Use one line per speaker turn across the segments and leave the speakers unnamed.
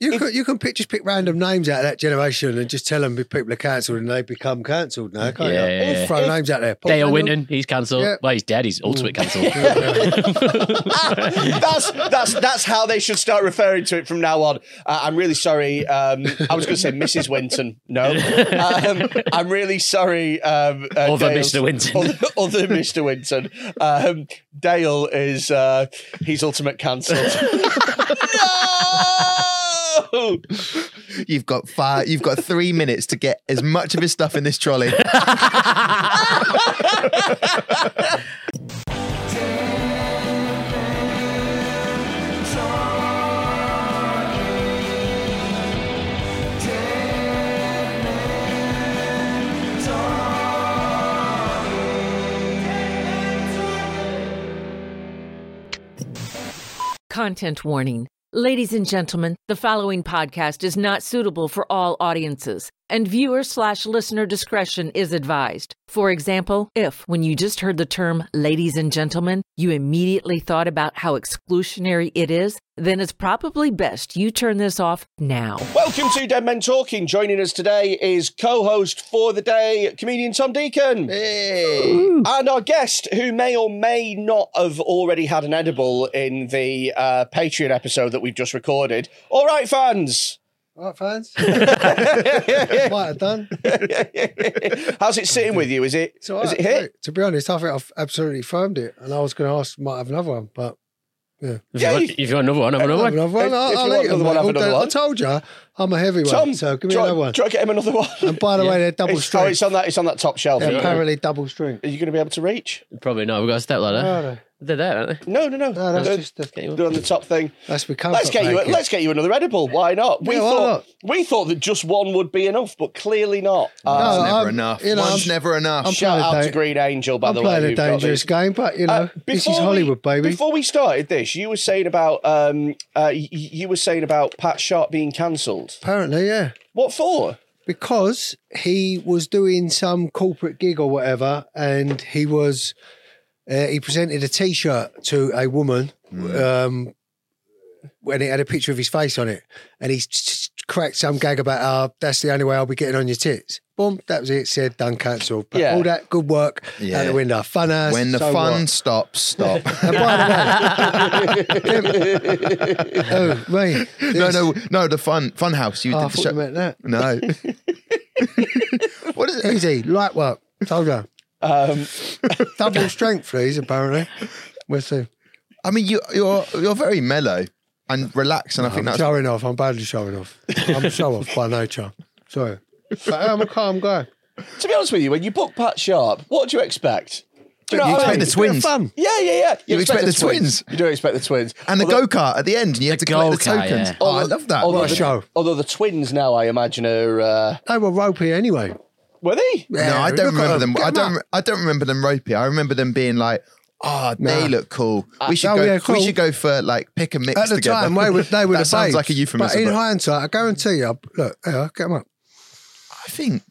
You can you can pick, just pick random names out of that generation and just tell them if people are cancelled and they become cancelled now, can't
Yeah.
you? Or throw names out there. Paul
Dale
Wendell.
Winton, he's cancelled.
Yeah.
Well, he's dead. He's ultimate
Mm.
cancelled.
that's that's that's how they should start referring to it from now on. Uh, I'm really sorry. Um, I was going to say Mrs. Winton. No, um, I'm really sorry. Um, uh,
Other
Dale's-
Mr. Winton.
Other, other Mr. Winton. Um, Dale is uh, he's ultimate cancelled. no.
You've got five. You've got three minutes to get as much of his stuff in this trolley.
Content warning. Ladies and gentlemen, the following podcast is not suitable for all audiences, and viewer slash listener discretion is advised. For example, if when you just heard the term ladies and gentlemen, you immediately thought about how exclusionary it is, then it's probably best you turn this off now.
Welcome to Dead Men Talking. Joining us today is co-host for the day, comedian Tom Deacon. And our guest, who may or may not have already had an edible in the uh, Patreon episode that we've just recorded. All right, fans.
All right, fans. Might have done.
How's it sitting with you? Is it?
It's all right.
Is it hit?
Look, to be honest, I think I've absolutely firmed it. And I was going to ask, might have another one, but
if,
Yeah,
you want,
you-
if you want another one, have another
I'll
one.
have another one.
If-
I'll,
if you
I'll
want
eat 'em,
another one,
mate.
have
All
another
day.
one.
I told you, I'm a heavyweight,
Tom,
so give me
try,
another one.
try to get him another one.
And by the way, they're double
It's- oh,
strength.
it's on that. It's on that top shelf.
They're
Are you-
apparently double strength.
Are you going to be able to reach?
Probably not. We've got a step ladder.
No, no.
They're there, aren't they?
No, no, no.
No, that's
They're-
just the,
they're on the top thing.
that's we
Let's get you. Let's get you another edible. Why not? We
Yeah, why
thought we thought that just one would be enough, but clearly not.
No,
Uh,
One's never
I'm-
enough.
you know,
One's
I'm-
never enough.
I'm
shout
playing
out
a
to
da-
Green Angel, by
I'm
the way.
playing a
who've got
dangerous
these.
game, but you know,
Uh,
this is
before we-
Hollywood, baby.
Before we started this, you were saying about um, uh, y- you were saying about Pat Sharp being cancelled.
Apparently, yeah.
What for?
because he was doing some corporate gig or whatever, and he was uh, he presented a T-shirt to a woman,
Mm.
um, when it had a picture of his face on it, and he s- s- cracked some gag about, "Oh, that's the only way I'll be getting on your tits." Boom, that was it. Said done, cancelled. But
Yeah.
all that good work out
Yeah.
the window. Fun ass.
when the
so
fun
what?
stops, stop.
And by the way, oh, mate,
no, no, no. The fun fun house. You
Oh, I
did the
thought
show.
you meant that.
No. what is it?
Easy, light work. Told you.
Um,
Double strength, please, apparently. We'll see.
I mean, you, you're you're very mellow and relaxed, and I think
I'm
that's
showing off. I'm badly showing off. I'm a show off by nature. Sorry. But I'm a calm guy.
to be honest with you, when you book Pat Sharp, what do you expect? Do you know
you
what I
expect
mean?
the twins
Fun.
Yeah, yeah, yeah.
You expect the twins.
You do expect the twins.
and the
Although-
go kart at the end, and you have to
The
collect the
go-kart,
tokens.
yeah.
Oh, I love that.
Although
What a
the,
show.
Although the twins now, I imagine, are uh,
They were ropey anyway.
were they?
No, I don't
Look at
remember them.
Get
I don't. I don't remember them ropey. I remember them being like,
oh, they look cool.
Uh,
we should
Oh,
go.
yeah, cool.
We should go for like pick a mix
At the
together.
time, they were, they were
that
the
sounds
babes.
like a euphemism.
But in
but
hindsight, I guarantee you, look, yeah, get them up.
I think.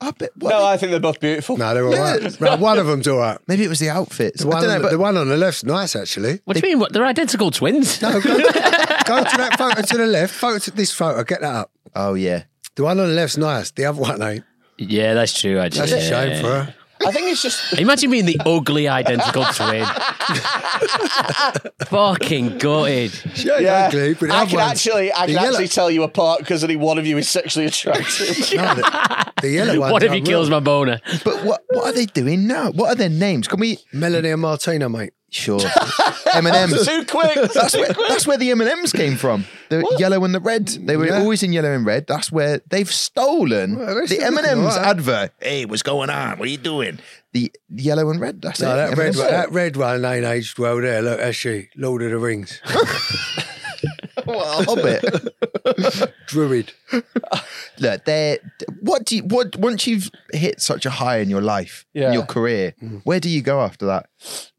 I bet, what,
No, I think they're both beautiful.
No, they're all right. no, one of them's all right.
maybe it was the outfits.
The
I
one,
don't know, but
the one on the left's nice, actually.
What do you mean? What, they're identical twins.
No, go, go to that photo to the left, photo to this photo, get that up.
oh yeah,
The one on the left's nice, the other one ain't.
Yeah, that's true. Actually,
That's a shame for her.
I think it's just
Imagine being the ugly identical twin. Fucking gutted.
She's ugly, but the
I
other
can
one's-
actually, I
the
can
yellow-
actually tell you apart because only one of you is sexually attractive.
No, the, the yellow one.
What if he kills my boner?
but what what are they doing now? What are their names? Can we? um,
Melanie and Martina, mate.
Sure, M and M's.
Too quick.
That's where, that's where the M and M's came from. The yellow and the red. They were
Yeah.
always in yellow and red. That's where they've stolen
Well, they're
the
still
M and
looking
M's
alright.
advert. Hey, what's going on? What are you doing? The yellow and red. That's
No,
it.
that red,
M&M's.
one, that red one ain't aged well there. Look, that's she. Lord of the Rings.
What a hobbit.
Druid.
look, they're what do you what once you've hit such a high in your life, in
Yeah.
your career, where do you go after that?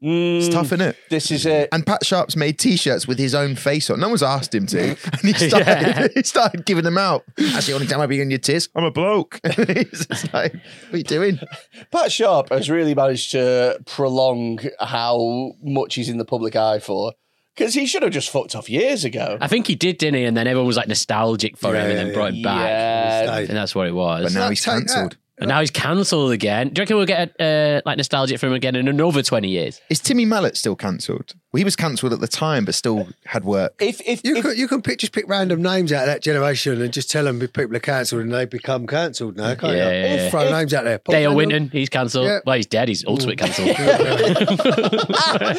It's tough, isn't it?
Mm, This is it.
And Pat Sharp's made T-shirts with his own face on. No one's asked him to, and he started he started giving them out. That's the only time I've been in your tears. I'm a bloke. It's just like, what are you doing?
Pat Sharp has really managed to prolong how much he's in the public eye for because he should have just fucked off years ago.
I think he did, didn't he? And then everyone was like nostalgic for him, and then brought him back.
Yeah.
I think that's what it was.
But now he's
take that.
cancelled.
and now he's cancelled again. Do you reckon we'll get uh, like nostalgic for him again in another twenty years?
Is Timmy Mallett still cancelled? Well, he was cancelled at the time, but still had work.
If if,
You
if
can, you can pick, just pick random names out of that generation and just tell them if people are cancelled and they become cancelled now, can't you?
Yeah.
All throw names out there. Pop
Dale
them
Winton, he's cancelled.
Yeah.
Well, he's dead. He's ultimate cancelled.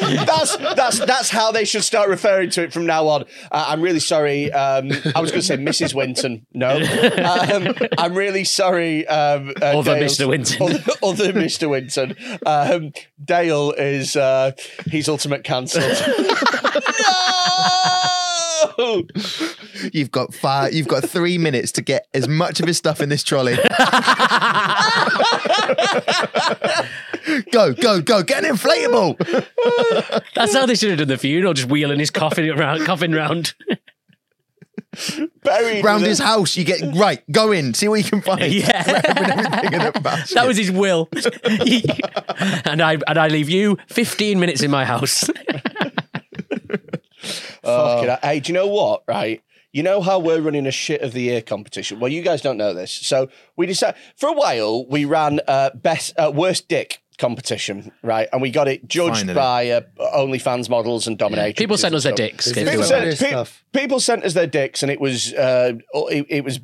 that's that's that's how they should start referring to it from now on. Uh, I'm really sorry. Um, I was going to say Mrs. Winton. No, um, I'm really sorry. Um, uh,
Other
Dale's-
Mr. Winton.
Other, other Mr. Winton. Um, Dale is uh, he's ultimate cancelled. no.
You've got five. You've got three minutes to get as much of his stuff in this trolley. go, go, go! Get an inflatable.
That's how they should have done the funeral, just wheeling his coffin around, coffin round.
Buried
Round
with
his
a-
house, you get right. Go in, see what you can find. Everything in a basket.
That was his will. and I and I leave you 15 minutes in my house.
Fucking
Um,
hell. hey, do you know what? Right. You know how we're running a shit of the year competition. Well, you guys don't know this, so we decided for a while we ran uh, best uh, worst dick competition, right? And we got it judged
Finally.
by uh, OnlyFans models and dominatrix.
People sent us their
Is
dicks.
it
People
People
Well,
sent-
that
sent,
is
pe-
tough.
people sent us their dicks, and it was uh, it, it was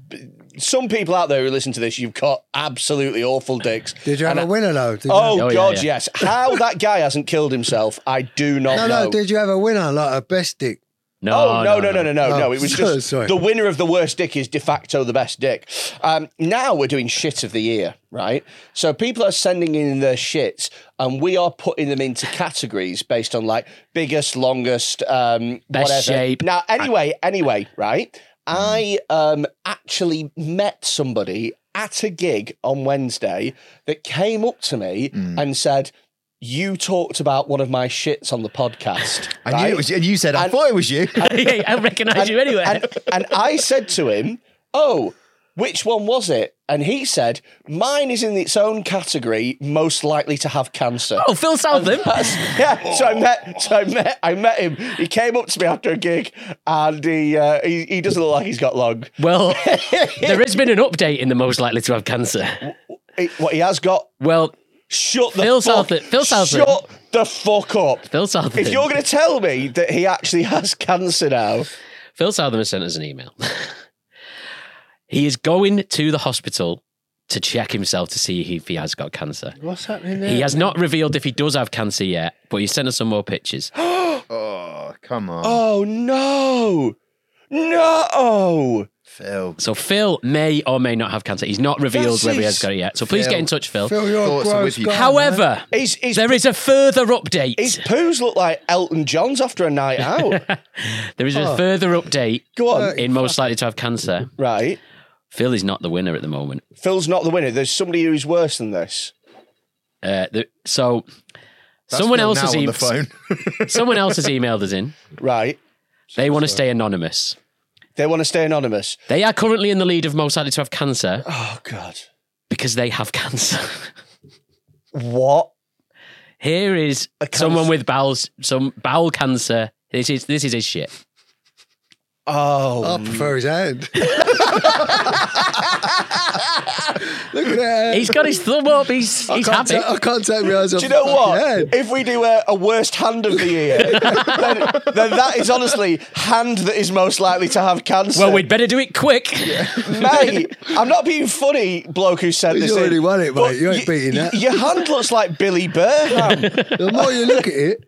some people out there who listen to this. You've got absolutely awful dicks.
up. Did you have
And
a
I-
winner, though? Did you
Oh,
Oh, yeah,
God,
yeah.
yes! How that guy hasn't killed himself, I do not
have-
know.
no, no, did you have a winner, like a best dick?
No,
Oh no no no no no no!
no.
It was
So
just
sorry.
the winner of the worst dick is de facto the best dick. Um, now we're doing shit of the year, right? So people are sending in their shits, and we are putting them into categories based on like biggest, longest, um,
Best
whatever.
shape.
Now, anyway, anyway, right? I um, actually met somebody at a gig on Wednesday that came up to me
Mm.
and said. You talked about one of my shits on the podcast.
I knew it was you, and you said, I
And-
thought it was you.
Yeah, I recognise you anyway.
and, and I said to him, Oh, which one was it? And he said, Mine is in its own category, most likely to have cancer.
oh, Phil Southam.
That's- yeah, so I met, so I met, I met him. He came up to me after a gig, and he uh, he, he doesn't look like he's got long.
Well, there has been an update in the most likely to have cancer.
He, what he has got,
Well,
shut the
Phil
fuck,
Southam- Phil Southam.
shut the fuck up.
Phil Southam.
If you're going to tell me that he actually has cancer now,
Phil Southam has sent us an email. he is going to the hospital to check himself to see if he has got cancer.
What's happening
He has not revealed if he does have cancer yet, but he sent us some more pictures.
oh, come on,
oh no, no.
Phil.
So Phil may or may not have cancer. He's not revealed
That's
whether he
it.
has got it yet. So please
Phil.
get in touch, Phil.
Phil, you're
Thoughts
a
are
gross
with you.
guy, mate.
However,
He's, he's
there is a further update.
His poos look like Elton John's after a night out.
There is a further update
Go on.
in most likely to have cancer.
right.
Phil is not the winner at the moment.
Phil's not the winner. There's somebody who's worse than this.
Uh, the, so
That's
Someone
Phil
else
now
has
on
em-
the phone.
Someone else has emailed us in.
Right.
They want to stay anonymous.
They want to stay anonymous.
They are currently in the lead of most likely to have cancer
Oh, God.
because they have cancer.
What?
Here is
A cancer-
someone with bowels, some bowel cancer. This is this is his shit.
Oh.
I prefer his hand. Look at that.
He's got his thumb up. He's
I
he's
can't
happy.
ta- I can't take my eyes off.
Do you know
the
what?
fucking hand.
If we do a, a worst hand of the year, then, then that is honestly hand that is most likely to have cancer.
Well, we'd better do it quick.
mate, I'm not being funny, bloke who sent
He's
this.
already
in,
won it, mate.
but
You ain't beating that.
Your hand looks like Billy Burham.
The more you look at it,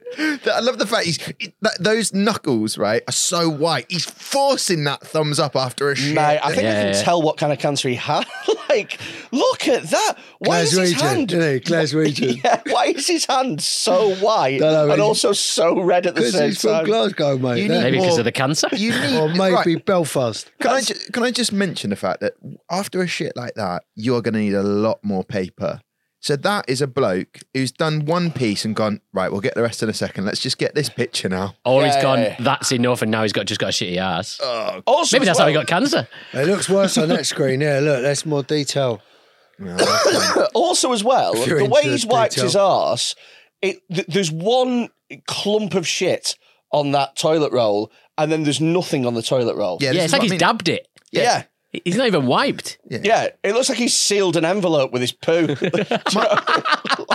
I love the fact he's that, those knuckles, right, are so white. He's forcing that thumbs up after a shit.
Mate, I think I
Yeah,
can
yeah.
tell what kind of cancer he had. like, look at that. Why is his
Glaswegian,
hand?
isn't he? Glaswegian.
Yeah, why is his hand so white
Don't know,
and
mate.
also so red at the
because
same
he's from
time?
Glasgow,
You
mate.
need-
that-
Maybe because
Well,
of the cancer.
you need
or maybe
right,
Belfast.
Can I, just, can I just mention the fact that after a shit like that, you're going to need a lot more paper. So that is a bloke who's done one piece and gone, right, we'll get the rest in a second. Let's just get this picture now.
Or he's
Yeah,
gone.
yeah, yeah.
That's enough, and now he's got just got a shitty ass.
Also,
Maybe
as
that's how he
well-
got cancer.
It looks worse on that screen. Yeah, look, that's more detail.
Also, as well,
If you're
the
into
way he's
the
wiped
detail.
his arse, it, th- there's one clump of shit on that toilet roll, and then there's nothing on the toilet roll.
Yeah,
Yeah,
this
it's
is
like
what I
he's
mean.
dabbed it.
Yeah.
He's not even wiped.
Yeah. It looks like he's sealed an envelope with his poo.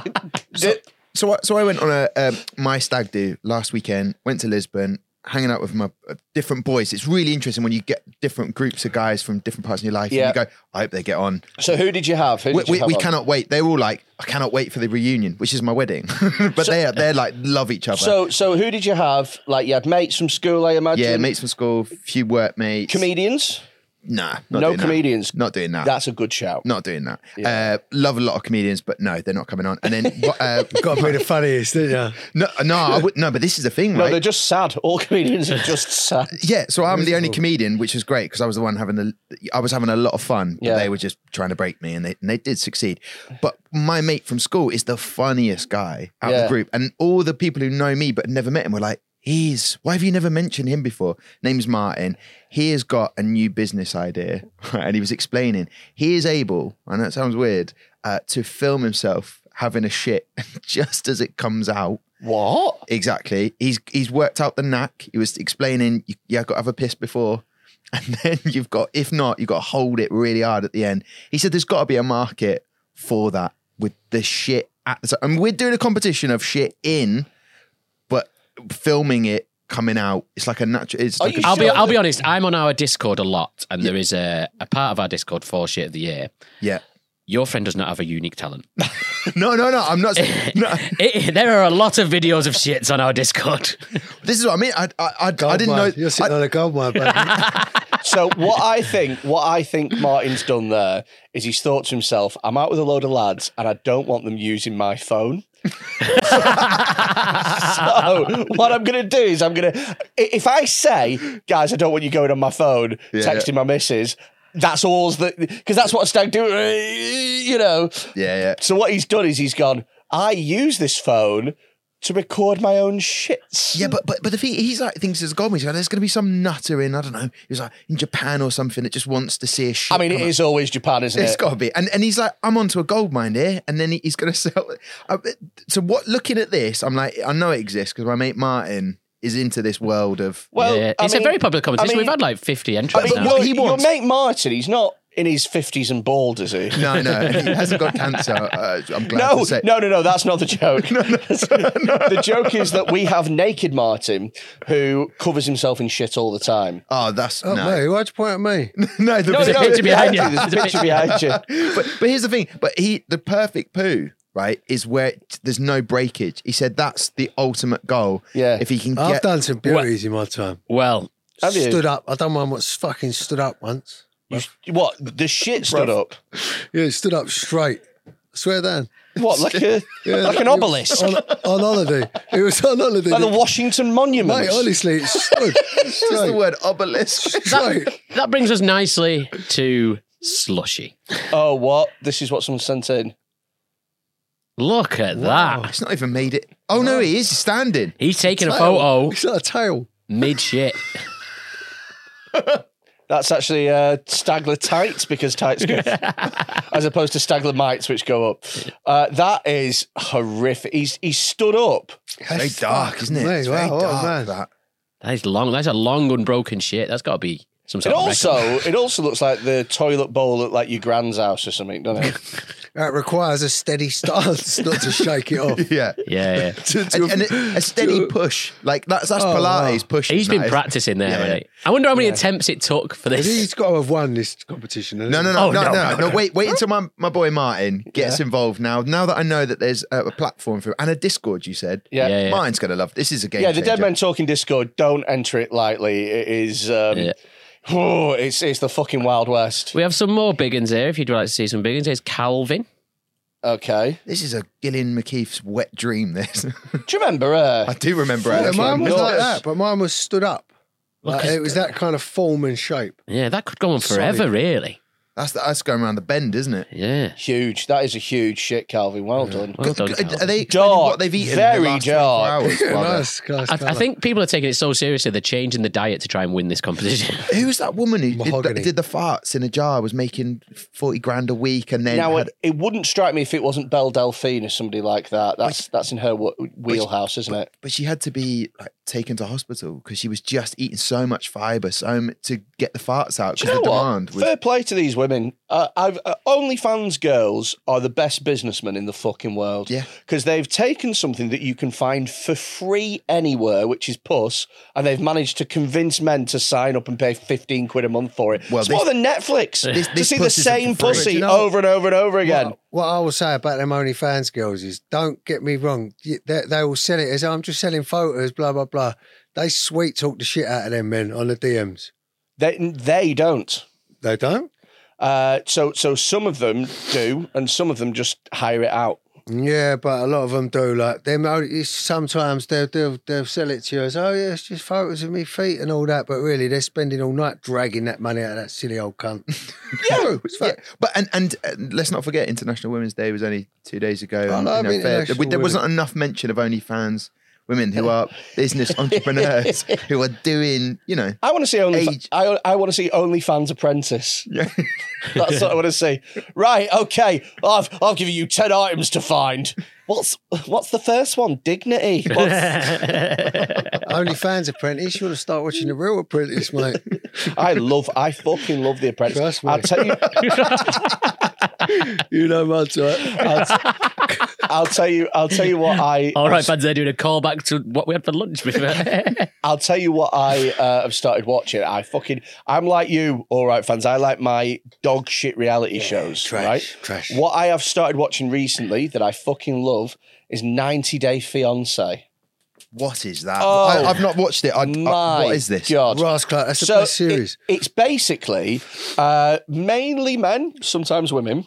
So I, so I went on a um, my stag do last weekend. Went to Lisbon, hanging out with my uh, different boys. It's really interesting when you get different groups of guys from different parts of your life.
Yeah.
And you go, I hope they get on.
so, who did you have? Who
We,
did you
we,
have
we
on?
cannot wait. They're all like, I cannot wait for the reunion, which is my wedding. but they are they're like love each other.
So, so who did you have? Like, you had mates from school, I imagine.
yeah, mates from school, few workmates.
Comedians.
nah, not
No
doing that.
comedians.
Not doing that.
That's a good shout.
not doing that. Uh, love a lot of comedians, but no, they're not coming on. And then, uh,
Got to be the funniest, didn't you?
no, no, I would, no, but this is the thing,
No,
right?
they're just sad. All comedians are just sad.
Yeah, so I'm the only comedian, which is great because I was the one having a, I was having a lot of fun. But
Yeah.
They were just trying to break me, and they and they did succeed. But my mate from school is the funniest guy out of
Yeah.
the group, and all the people who know me but never met him were like, "He's why have you never mentioned him before?" Name's Martin. He has got a new business idea, and he was explaining he is able. I know it sounds weird uh, to film himself having a shit just as it comes out.
What?
Exactly. He's he's worked out the knack. He was explaining, you, yeah, I've got to have a piss before. And then you've got, if not, you've got to hold it really hard at the end. He said there's got to be a market for that with the shit at the time. And we're doing a competition of shit in, but filming it coming out. It's like a natural. It's
Are
like
you
a,
I'll be
sure
I'll
that-
be honest. I'm on our Discord a lot, and there is a, a part of our Discord for shit of the year.
yeah.
Your friend does not have a unique talent.
No, no, no. I'm not. No,
It- there are a lot of videos of shits on our Discord.
this is what I mean. I, I, I, I didn't know.
Goldmine. You're sitting
I-
on a gold mine, baby.
So what I think, what I think Martin's done there is he's thought to himself, "I'm out with a load of lads, and I don't want them using my phone." so what I'm going to do is I'm going to, if I say, "Guys, I don't want you going on my phone, texting my missus," that's all's that because that's what a stag do, you know.
yeah, yeah.
So what he's done is he's gone. I use this phone to record my own shits.
Yeah, but but but if he, he's like thinks it's a goblin, he's like, there's going to be some nutter in I don't know, he was like in Japan or something that just wants to see a shit.
I mean, it
come out.
is always Japan, isn't
It's
it?
got to be, and and he's like, I'm onto a gold mine here, and then he, he's going to sell. it. Uh, So what? Looking at this, I'm like, I know it exists because my mate Martin is into this world of.
Well,
Yeah,
I
it's a
mean-
very public
I
competition.
mean-
We've had like 50
I
entries
mean,
now.
what
your,
he
your
wants-
mate Martin, he's not in his 50s and bald, is he?
No, no, he hasn't got cancer. Uh, I'm glad
No,
to say.
no, no, no, that's not the joke. the joke is that we have naked Martin who covers himself in shit all the time.
Oh, that's
Oh,
no,
mate, why'd you point at me?
no. The,
There's a picture behind you.
There's a picture behind you.
but, but here's the thing. But he, the perfect poo, right, is where it- there's no breakage. He said that's the ultimate goal.
Yeah.
If he can
I've
get
done some beauties in my time.
Well,
Have you?
Stood up. I've done one what's fucking stood up once.
You- What? The shit stood up?
Yeah, stood up straight. I swear down.
What, like a like an obelisk?
On, on holiday. It was on holiday.
like the Washington Monument?
mate, honestly, it stood.
What's
straight.
the word obelisk?
Straight.
that brings us nicely to slushy.
Oh, what? This is what someone sent in.
Look at
Oh,
that.
it's not even made it. Oh no, he is standing.
He's taking a
Tail.
photo
It's not a tail.
mid shit.
That's actually uh, Stagler tights because tights go as opposed to Stagler mites, which go up. Uh, that is horrific. He's he stood up.
Very dark, isn't it?
me,
It's very
wow, oh,
dark.
man.
That.
That is long. That's a long unbroken shit. That's got to be some
It
sort of
also
record.
it also looks like the toilet bowl at like your grand's house or something, doesn't it?
That requires a steady stance, not to shake it off.
Yeah.
Yeah, yeah.
To- to-
And, and a, a steady push, like that's that's
Oh,
Pilates
wow.
pushing.
He's
that
been
is.
practicing there,
Yeah,
hasn't
yeah.
he? I wonder how many attempts it took for this.
He's got to have won this competition. hasn't
No,
he?
no, no,
Oh,
no,
no,
no,
no,
no,
no.
Wait, wait until my, my boy Martin gets involved now. Now that I know that there's a, a platform for and a Discord, you said.
Yeah.
Yeah, yeah.
Mine's gonna love this. Is a game.
yeah, the Dead
changer.
Men Talking Discord. Don't enter it lightly. It is. Um,
Yeah.
oh, it's it's the fucking Wild West.
we have some more big ones here. If you'd like to see some big ones, here's Calvin.
Okay.
This is a Gillian McKeith's wet dream. This
Do you remember? Uh,
I do remember.
Yeah,
it.
Fucking
mine was like
nuts.
that, but mine was stood up.
Look
Like,
at-
it was that kind of form and shape.
Yeah, that could go on forever,
Solid.
really.
That's the, that's going around the bend, isn't it?
Yeah.
huge. That is a huge shit, Calvin. Well done.
Well done,
Are-
Calvin.
Are they explaining
Dark,
what they've eaten? in
very
the last 24
dark.
hours
Yeah,
while they're-
nice, nice
I, I
fella.
think people are taking it so seriously, they're changing the diet to try and win this competition.
Who was that woman who did the,
Mahogany.
did the farts in a jar? Was making forty grand a week, and then
Now
had,
it, it wouldn't strike me if it wasn't Belle Delphine or somebody like that. That's that's in her w- wheelhouse, isn't it?
but she had to be like taken to hospital because she was just eating so much fiber, so m- to get the farts out
Do
because
you know
the
what?
demand was.
Fair play to these women. Uh, I've uh, OnlyFans girls are the best businessmen in the fucking world.
Yeah.
because they've taken something that you can find for free anywhere, which is puss, and they've managed to convince men to sign up and pay fifteen quid a month for it.
Well,
it's
this-
more than Netflix
this-
to
this
see the
puss isn't for
same
free.
pussy
Do you know-
over and over and over again.
What, what I will say about them OnlyFans girls is, don't get me wrong, y- they, they will sell it as I'm just selling photos, blah blah blah. They sweet talk the shit out of them men on the DMs.
They they don't.
They don't.
Uh, so so some of them do, and some of them just hire it out.
Yeah, but a lot of them do. Like them, only- it's- sometimes they'll, they'll they'll sell it to you as, oh yeah, it's just photos of me feet and all that. But really, they're spending all night dragging that money out of that silly old cunt.
No, it's fair. But and, and and let's not forget International Women's Day was only two days ago. and,
love
fair-
international
there wasn't
women.
enough mention of OnlyFans women who are business entrepreneurs who are doing, you know,
I want to see only.
Age.
I I want to see OnlyFans Apprentice. Yeah, that's what I want to see. Right, okay. I've I've given you ten items to find. What's what's the first one? Dignity. What's-
OnlyFans apprentice, you want to start watching the real apprentice, mate.
I love. I fucking love the Apprentice.
Trust me.
I'll tell you.
you know my type.
I'll, t- I'll tell you. I'll tell you what I.
All right, fans, they're doing a callback to what we had for lunch.
I'll tell you what I uh, have started watching. I fucking I'm like you, all right, fans. I like my dog shit reality shows,
trash,
right?
trash.
What I have started watching recently that I fucking love is 90 Day Fiance.
what is that?
Oh,
I, I've not watched it. I, I-
My
what is this?
God.
Ross Clark, that's a
So
best series.
it- it's basically uh, mainly men, sometimes women,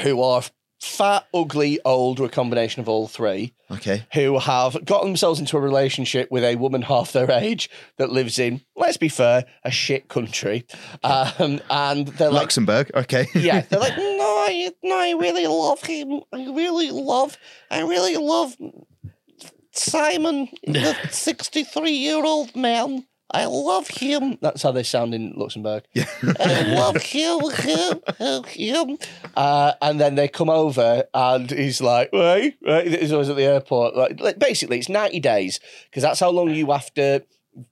who are fat, ugly, old, or a combination of all three.
Okay.
who have got themselves into a relationship with a woman half their age that lives in, let's be fair, a shit country. Um, and they're like,
Luxembourg. Okay.
yeah, they're like, no, I, no, I really love him. I really love, I really love Simon, the 63 year old man. I love him. That's how they sound in Luxembourg. I love him, him, him, him. Uh, and then they come over, and he's like, "Hey, hey," he's always at the airport." Like, like, basically, it's ninety days because that's how long you have to.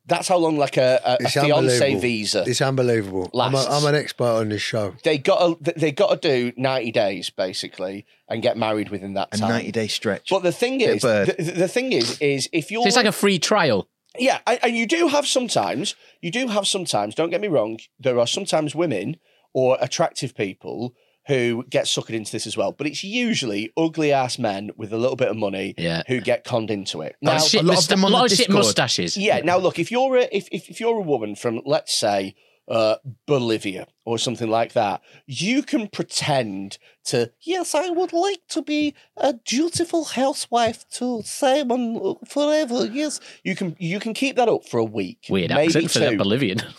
That's how long, like a, a, a
It's
fiance
unbelievable.
visa.
It's unbelievable. I'm, a,
Lasts.
I'm an expert on this show.
They got to they got to do ninety days basically and get married within that
A
time.
90 day stretch.
But the thing
Bit
is,
bird.
the, the thing is, is if you're
it's like a free trial.
yeah, and, and you do have sometimes, you do have sometimes, don't get me wrong, there are sometimes women or attractive people who get suckered into this as well. But it's usually ugly ass men with a little bit of money
Yeah.
who get conned into it.
Now,
Now,
shit,
lot of
musta-
them on the
lot of shit
Discord.
mustaches.
yeah, now look, if you're a if, if, if you're a woman from let's say uh, Bolivia or something like that, you can pretend to yes, I would like to be a dutiful housewife to Simon forever. Yes, you can you can keep that up for a week,
Weird
maybe
accent for that
two.
Bolivian.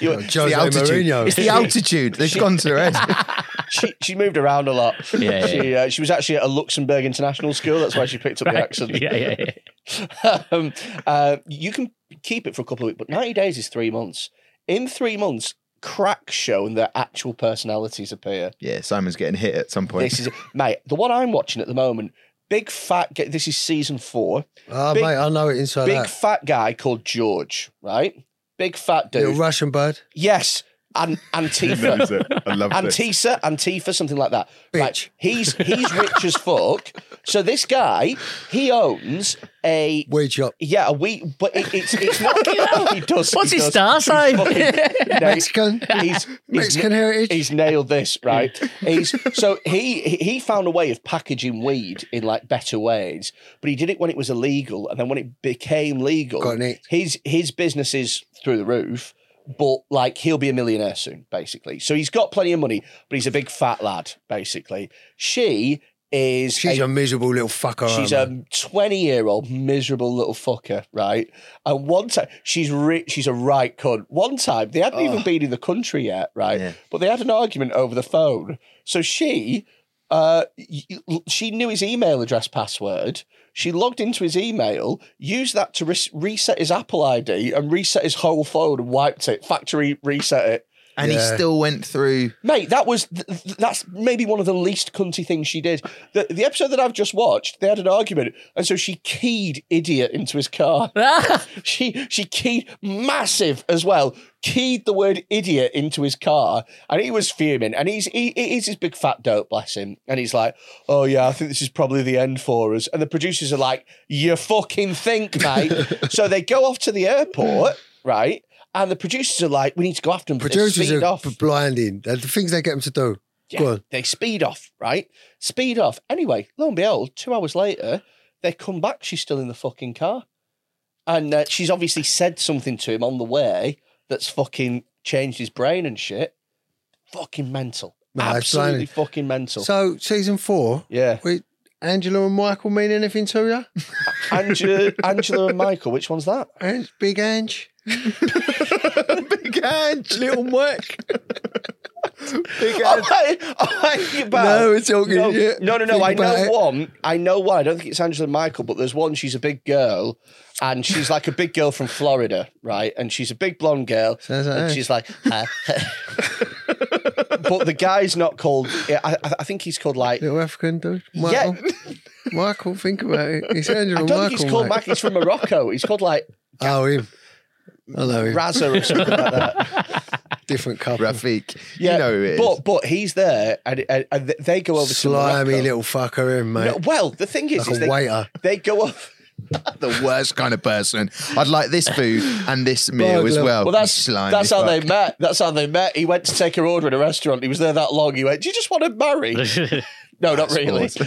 You-
the
Jose
altitude.
Mourinho.
It's the altitude. They've gone to their head.
she, she moved around a lot.
Yeah, yeah,
she, Uh, she was actually at a Luxembourg international school. That's why she picked up the accent.
yeah, yeah, yeah.
um, uh, you can keep it for a couple of weeks, but 90 days is three months. In three months, cracks show and their actual personalities appear.
Yeah, Simon's getting hit at some point.
This is, mate, the one I'm watching at the moment, big fat, ge- this is season four.
Ah,
Big-
mate, I know it
Oh,
inside
big
out.
fat guy called George, right? Big fat dude.
Little Russian bird.
Yes. An-
Loves
Antifa.
it. I love this.
Antisa, Antifa, something like that.
Bitch.
Right. He's he's rich as fuck. So this guy, he owns a
Weed shop.
yeah, a we but it, it's it's not he does.
What's
he
his
does.
star sign?
Fucking- no,
Mexican.
he's, he's
Mexican heritage.
He's nailed this, right? He's so he he- he found a way of packaging weed in like better ways, but he did it when it was illegal, and then when it became legal,
Got it.
his his business is through the roof. But like he'll be a millionaire soon, basically. So he's got plenty of money, but he's a big fat lad, basically. She is
She's
a-
a miserable little fucker.
She's
aren't
a 20 year old miserable little fucker, right? And one time, she's ri- she's a right cunt. One time, they hadn't even been in the country yet, right?
Yeah.
But they had an argument over the phone. So she, uh, y- she knew his email address password. She logged into his email, used that to res- reset his Apple ID and reset his whole phone and wiped it, factory reset it.
and he
Yeah.
still went through.
Mate, that was th- th- that's maybe one of the least cunty things she did. The, the episode that I've just watched, they had an argument, and so she keyed idiot into his car. she she keyed massive as well, keyed the word idiot into his car, and he was fuming. And he's he, he- he's his big fat dope, bless him. And he's like, "Oh yeah, I think this is probably the end for us." And the producers are like, "You fucking think, mate?" so they go off to the airport, right? And the producers are like, "We need to go after him."
they?
They're
Producers
speed
are
off.
b- blinding. They're The things they get them to do.
Yeah,
Go on.
they speed off, right? Speed off. Anyway, lo and behold, two hours later, they come back. She's still in the fucking car, and uh, she's obviously said something to him on the way that's fucking changed his brain and shit. Fucking mental.
No, it's
Absolutely
blinding.
fucking mental.
So season four,
yeah,
we, Angela and Michael mean anything to you?
Angela, Angela and Michael. Which one's that?
And Big Ange,
Big Ange,
little Mike.
Big
Oh,
Ange.
I- oh, I- about-
No, it's all good,
No,
yeah.
no, no. no,
Think
I
about
know
it.
one. I know one. I don't think it's Angela Michael, but there's one. She's a big girl, and she's like a big girl from Florida, right? And she's a big blonde girl,
Sounds like
and
her.
she's like. "Huh." but the guy's not called. I, I I think he's called like.
Little African dude.
Yeah.
Michael. Michael, think about it. It's Angela
I
and
don't
Michael.
think he's called
mate.
Michael. He's from Morocco. He's called like
Oh, him. I know him.
Razza or something like that.
Different couple.
Rafik. You know who it is.
but but he's there, and, and, and they go over to
Slimy
Morocco.
little fucker, him, mate.
No, well, the thing is,
like
is
a
they,
waiter.
they go up.
the worst kind of person. I'd like this food and this meal as
Burglar.
well.
Well, that's
Slimy
that's how they
fuck.
met. That's how they met. He went to take her order in a restaurant. He was there that long. He went, "Do you just want to marry?" no, not really.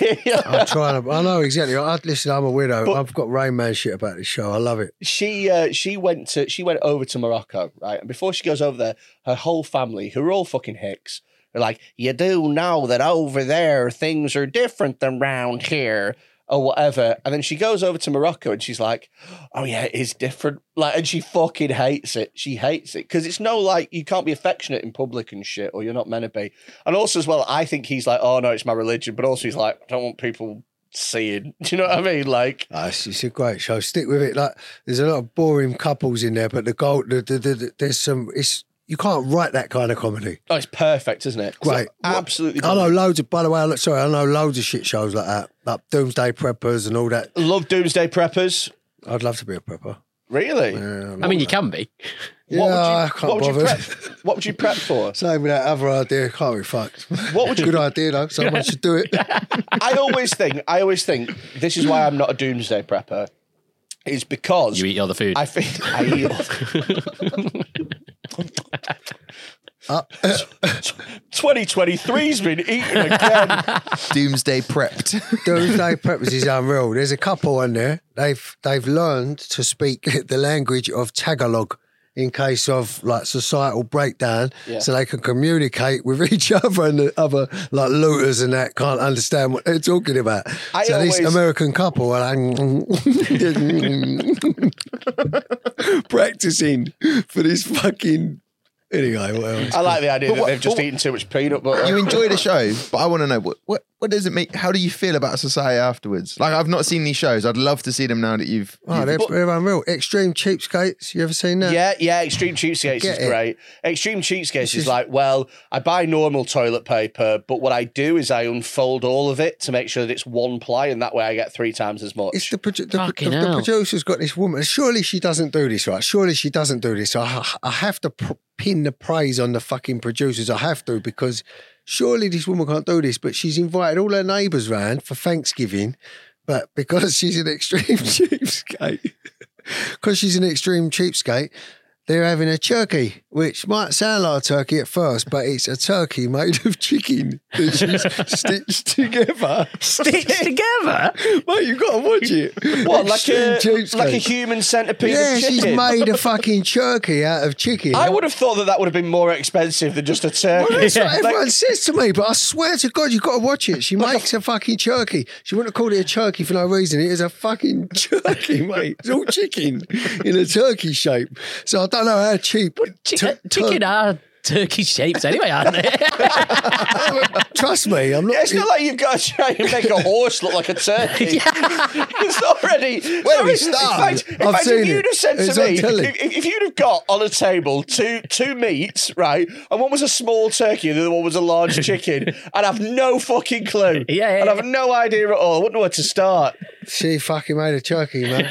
Oh,
I'm trying to. I know exactly. I listen. I'm a widow. I've got Rain Man shit about this show. I love it.
she uh, she went to she went over to Morocco, right? And before she goes over there, her whole family, who are all fucking hicks, are like, "You do know that over there things are different than round here." Or whatever, and then she goes over to Morocco and she's like, "Oh yeah, it is different." Like, and she fucking hates it. She hates it because it's no like you can't be affectionate in public and shit, or you're not meant to be. And also as well, I think he's like, "Oh no, it's my religion," but also he's like, "I don't want people seeing." Do you know what I mean? Like,
Ah, it's, it's a great show. Stick with it. Like there's a lot of boring couples in there, but the goal. The, the, the, the- there's some. It's you can't write that kind of comedy.
Oh, it's perfect, isn't it?
Great.
It's absolutely.
I know
brilliant.
loads of. By the way, I look, sorry, I know loads of shit shows like that, like Doomsday Preppers and all that.
Love Doomsday Preppers.
I'd love to be a prepper.
Really?
Yeah,
I mean, you can be.
yeah I can't
what would
bother.
you prep? What would you prep for?
Same with that other idea. Can't be fucked.
What would you-
Good idea though. Someone should do it.
I always think. I always think this is why I'm not a Doomsday Prepper. Is because
You eat all the food.
I think I eat. Twenty twenty three's been eaten again.
Doomsday prepped.
Doomsday Preppers is unreal. There's a couple in there. They've they've learned to speak the language of Tagalog in case of like societal breakdown, so they can communicate with each other and the other like looters and that can't understand what they're talking about.
I
so this
always-
American couple are like practicing for this fucking Anyway, what else?
I like the idea
But
that
what-
they've just
but-
eaten too much peanut butter.
You enjoy the show, but I want to know what, what what does it make? How do you feel about society afterwards? Like I've not seen these shows. I'd love to see them now that you've.
Oh,
you've-
they're, they're unreal. Extreme cheapskates. You ever seen that?
Yeah, yeah, Extreme Cheapskates is
Get it.
great. Extreme Cheapskates is
just-
like, well, I buy normal toilet paper, but what I do is I unfold all of it to make sure that it's one ply, and that way I get three times as much.
It's the, produ- the,
Fucking
the, the
hell.
producer's got this woman. Surely she doesn't do this right. Surely she doesn't do this. I, I have to pr- pin the praise on the fucking producers. I have to because surely this woman can't do this. But she's invited all her neighbours round for Thanksgiving, but because she's an extreme cheapskate, because she's an extreme cheapskate. They're having a turkey, which might sound like a turkey at first, but it's a turkey made of chicken that she's stitched together.
Stitched together.
Mate, you've got to watch it.
what, like a,
Extreme cheapskate.
like a human centipede
Yeah,
of
she's
chicken?
made a fucking turkey out of chicken.
I would have thought that that would have been more expensive than just a turkey.
Well, that's what
Like,
everyone says to me, but I swear to God, you've got to watch it. She makes a fucking turkey. She wouldn't have called it a turkey for no reason. It is a fucking turkey, mate. It's all chicken in a turkey shape. So I don't know how cheap.
Chick-
tur-
uh, chicken are turkey shapes anyway, aren't they?
tur- Trust me, I'm not.
it's not like you've got to try and make a horse look like a turkey. It's already.
Where we
In
start?
fact, in
I've
fact
seen
if you'd
it.
have said
It's
to
on
me,
telly.
if, if- if you'd have got on a table two two meats, right, and one was a small turkey and the other one was a large chicken, I'd have no fucking clue.
Yeah, yeah,
I'd have
yeah.
no idea at all. I wouldn't know where to start.
She fucking made a turkey, man.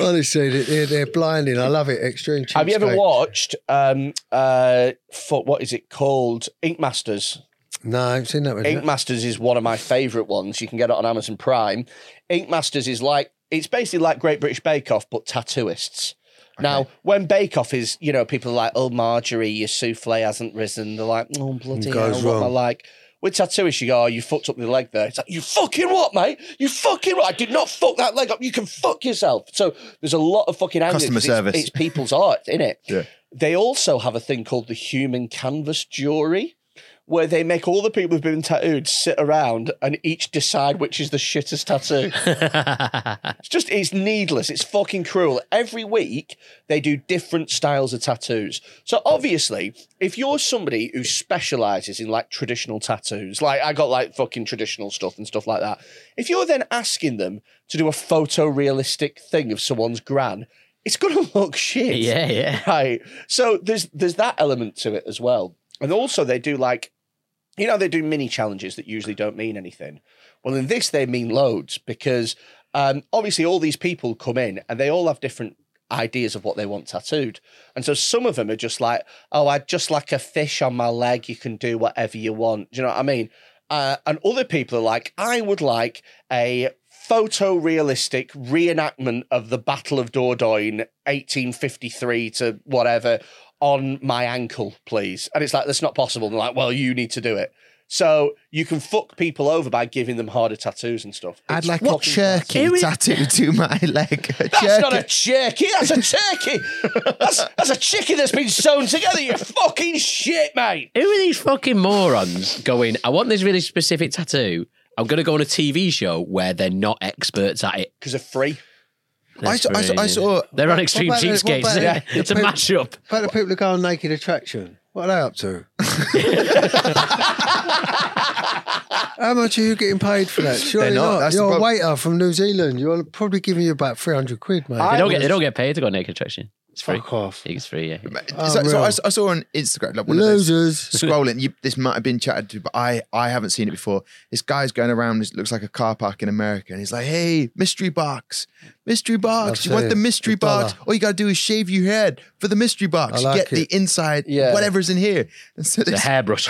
Honestly, they- they're, they're blinding. I love it. Extreme cheapskate.
have you ever watched, um, uh, for, what is it called? Ink Masters.
No, I haven't seen that one.
Ink Masters is one of my favourite ones. You can get it on Amazon Prime. Ink Masters is like it's basically like Great British Bake Off, but tattooists. Now, when Bake Off is, you know, people are like, "Oh, Marjorie, your souffle hasn't risen." They're like, "Oh, bloody hell,
Goes
what am I
wrong.
like?" With tattooists, you go, "Oh, you fucked up the leg there." It's like, "You fucking what, mate? You fucking what? I did not fuck that leg up. You can fuck yourself." So there's a lot of fucking anger.
Customer
'cause it's-
service.
It's people's art, isn't it?
Yeah.
They also have a thing called the Human Canvas Jury where they make all the people who've been tattooed sit around and each decide which is the shittest tattoo. it's just, it's needless. It's fucking cruel. Every week they do different styles of tattoos. So obviously, if you're somebody who specializes in like traditional tattoos, like I got like fucking traditional stuff and stuff like that, if you're then asking them to do a photorealistic thing of someone's gran, it's gonna look shit.
yeah, yeah.
Right. So there's there's that element to it as well. And also they do like you know they do mini challenges that usually don't mean anything. Well, in this they mean loads because um, obviously all these people come in and they all have different ideas of what they want tattooed. And so some of them are just like, oh, I'd just like a fish on my leg. You can do whatever you want. Do you know what I mean? Uh, and other people are like, I would like a photorealistic reenactment of the Battle of Dordogne, 1853 to whatever, on my ankle, please. And it's like, that's not possible. And they're like, well, you need to do it. So you can fuck people over by giving them harder tattoos and stuff.
I'd
It's
like a
fucking class.
turkey tattooed to my leg. A
That's
jerky.
not a turkey. That's a turkey. that's, that's a chicken that's been sewn together. You fucking shit, mate.
Who are these fucking morons going, I want this really specific tattoo. I'm going to go on a TV show where they're not experts at it.
Because of free.
I
That's
saw- I saw- I
brilliant.
saw-
They're on
What
Extreme
about the- what
Cheapskates.
about
isn't it?
the-
It's a
the-
mashup.
But the people who go on Naked Attraction, what are they up to? How much are you getting paid for that? Surely
They're not.
not.
That's the
You're a
problem.
waiter from New Zealand. You're probably giving you about 300 quid, mate.
They don't, get, they don't get paid to go on Naked Attraction. It's free.
Fuck off.
It's free, yeah.
So, so I,
Unreal.
I saw on Instagram like one of those
Losers.
scrolling. You, this might have been chatted to, but I, I haven't seen it before. This guy's going around. This looks like a car park in America, and he's like, "Hey, mystery box, mystery box.
I'll
you want
say
the
it,
mystery
the
box?
dollar."
All you gotta do is shave your head for the mystery box.
I like
Get
it.
the inside,
Yeah.
whatever's in here." And so
The
this,
hairbrush.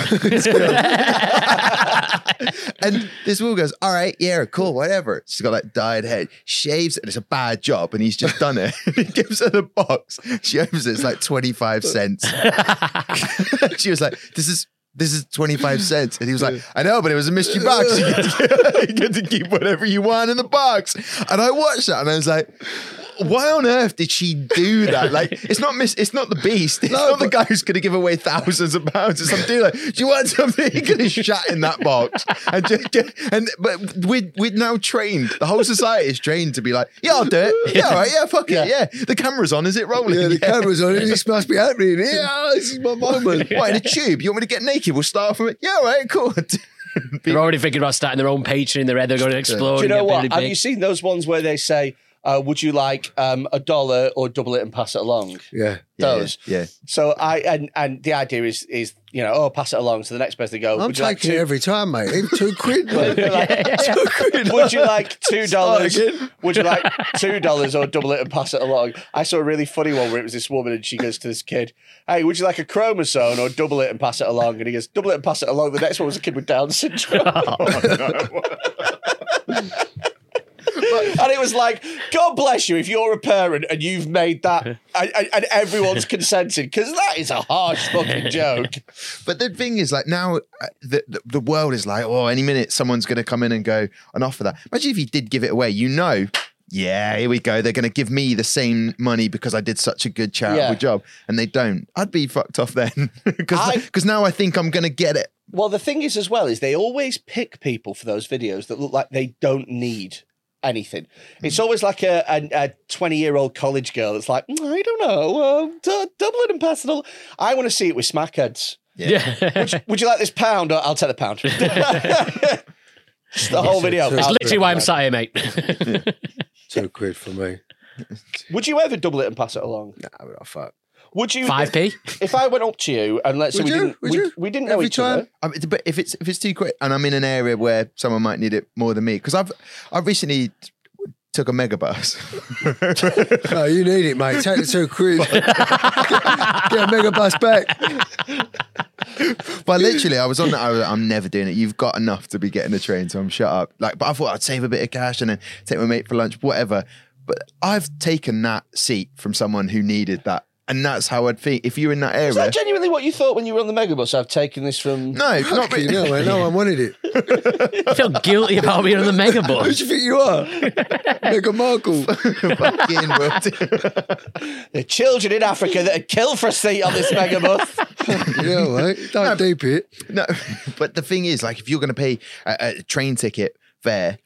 and this woman goes, "All right, yeah, cool, whatever." She's got that dyed head, shaves, and it's a bad job, and he's just done it. he gives her the box. She opens it. It's like twenty five cents. she was like, "This is." This is 25 cents. And he was like, I know, but it was a mystery box. You get, to, you get to keep whatever you want in the box. And I watched that and I was like,
why on earth did she do that? Like, it's not Miss, it's not the Beast. It's not the guy who's going to give away thousands of pounds to some dealer. Do you want something? He could have shat in that box. And just get, and but we're we're now trained. The whole society is trained to be like, yeah, I'll do it. Yeah, all right, yeah, fuck it, yeah. The camera's on. Is it rolling?
Yeah, the camera's on. This must be happening. Yeah, this is my moment.
Why in a tube? You want me to get naked? We'll start from it. Yeah, all right, cool.
They're already thinking about starting their own Patreon in their head. They're going to explode.
Do you know
and get
what?
really
Have
big.
you seen those ones where they say, uh, "Would you like um, a dollar or double it and pass it along?"
Yeah.
Those.
Yeah, yeah.
So I and and the idea is is you know oh pass it along so the next person to go.
I'm
would you like
taking it
two?
every time, mate. Even two quid, mate. Two quid.
Would you like two dollars?
again.
Would you like two dollars or double it and pass it along? I saw a really funny one where it was this woman and she goes to this kid, "Hey, would you like a chromosome or double it and pass it along?" And he goes, "Double it and pass it along." The next one was a kid with Down syndrome, and it was like, "God bless you if you're a parent and you've made that, and, and- and everyone's consented because that is a harsh fucking joke."
But the thing is, like now, uh, the, the the world is like, oh, any minute someone's going to come in and go and offer that. Imagine if you did give it away. You know, yeah, here we go. They're going to give me the same money because I did such a good charitable
Yeah.
job, and they don't. I'd be fucked off then
I-
because now I think I'm going to get it.
Well, the thing is, as well, is they always pick people for those videos that look like they don't need anything.
Hmm.
It's always like a a twenty year old college girl that's like, "Mm, I don't know, um, d- double it and pass it. al-" I want to see it with smackheads.
Yeah.
Would, would you like this pound? Or I'll take the pound. It's the whole video.
It's
I'll-
Literally why I'm sat here, mate.
Two quid for me.
Would you ever double it and pass it along?
Nah, I'm
Oh,
not fuck.
Would you?
Five p.
If I went up to you and let's say
Would
we
you?
didn't,
Would
we,
you?
we didn't know
Every
each
time?
other.
I mean, but if it's if it's too quick, and I'm in an area where someone might need it more than me, because I've I recently t- took a megabus.
No, Oh, you need it, mate. Take the two quid. get, a mega bus back.
But literally, I was on that. I was like, I'm never doing it. You've got enough to be getting the train, so I'm shut up. Like, but I thought I'd save a bit of cash and then take my mate for lunch, whatever. But I've taken that seat from someone who needed that, and that's how I'd think. If you're in that
Is
area,
that genuinely what you thought when you were on the megabus? I've taken this from.
no, not
You
really.
know, mate. No one wanted it.
I feel guilty about being on the mega
Who
bus.
do you think you are? Mega Markle.
Fucking world.
The children in Africa that are killed for a seat on this megabus.
Yeah, mate. Don't deep it.
No, but the thing is, like, if you're going to pay a, a train ticket fare,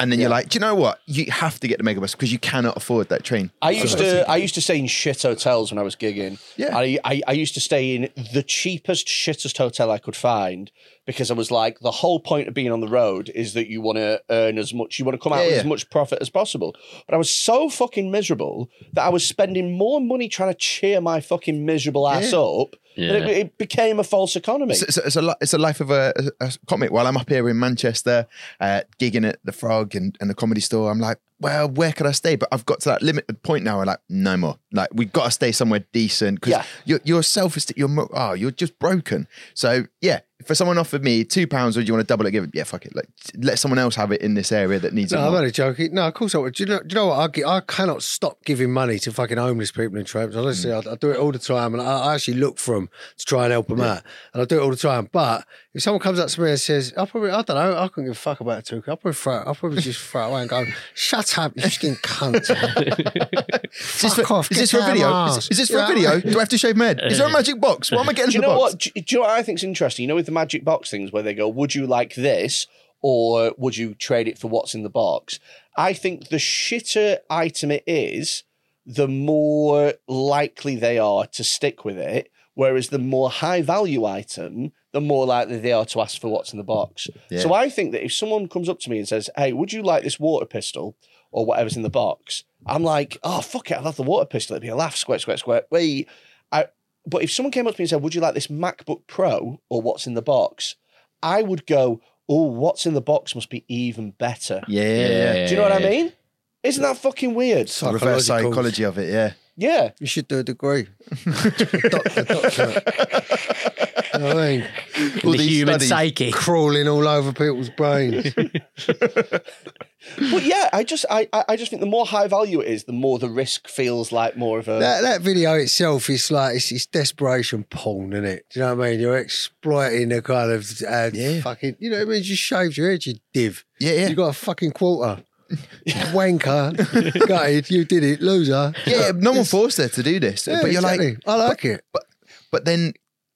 and then you're like, do you know what? You have to get the megabus because you cannot afford that train.
I used to I used to stay in shit hotels when I was gigging.
Yeah.
I, I, I used to stay in the cheapest, shittest hotel I could find because I was like, the whole point of being on the road is that you want to earn as much, you want to come out
Yeah,
with
yeah.
as much profit as possible. But I was so fucking miserable that I was spending more money trying to cheer my fucking miserable ass up. that It, it became a false economy.
It's, it's, it's a li- it's a life of a, a, a comic. While I'm up here in Manchester, uh, gigging at the Frog and, and the Comedy Store, I'm like, well, where could I stay? But I've got to that limited point now. I'm like, no more. Like we've got to stay somewhere decent because
Yeah.
your your self esteem, your mo- oh, you're just broken. So yeah, for someone offered me two pounds, or do you want to double it? Give it? Yeah, fuck it. Like let someone else have it in this area that needs
No,
it.
I'm
more.
only joking. No, of course I would. Do you know, do you know what? I, gi- I cannot stop giving money to fucking homeless people in tramps. Honestly, I, I do it all the time, and I, I actually look for them to try and help them out, and I do it all the time. But if someone comes up to me and says, "I probably, I don't know, I couldn't give a fuck about it too. I'll probably throw, I'll probably just throw it away and go, shut up, you fucking cunt."
Is this,
Fuck
for,
off,
is this
get
for a
down
video?
my
Is,
arse.
is this for
Yeah.
a video? Do I have to shave my head? Is there a magic box? What am I getting
Do you
in the
know
box?
what? Do, do you know what I think's interesting? You know, with the magic box things, where they go, "Would you like this, or would you trade it for what's in the box?" I think the shitter item it is, the more likely they are to stick with it. Whereas the more high value item, the more likely they are to ask for what's in the box. So I think that if someone comes up to me and says, "Hey, would you like this water pistol or whatever's in the box?" I'm like, "Oh fuck it, I love the water pistol. It'd be a laugh, squirt, squirt, squirt." Wait, I, but if someone came up to me and said, "Would you like this MacBook Pro or what's in the box?" I would go, "Oh, what's in the box must be even better."
Yeah.
Do you know what I mean? Isn't that fucking weird?
The reverse psychology of it, yeah.
Yeah.
You should do a degree. doctor, doctor. You know what I mean?
All
the
these
human
studies.
psyche.
Crawling all over people's brains.
But yeah, I just I I I just think the more high value it is, the more the risk feels like more of a
That, that video itself is like it's, it's desperation porn, isn't it? Do you know what I mean? You're exploiting the kind of uh,
Yeah.
fucking, you know what I mean? You shaved your head, you div.
Yeah, yeah.
You got a fucking quarter. wanker, gutted, you did it, loser.
Yeah, no one forced her to do this.
Yeah,
but you're
exactly.
like,
I like
but-
it.
But but then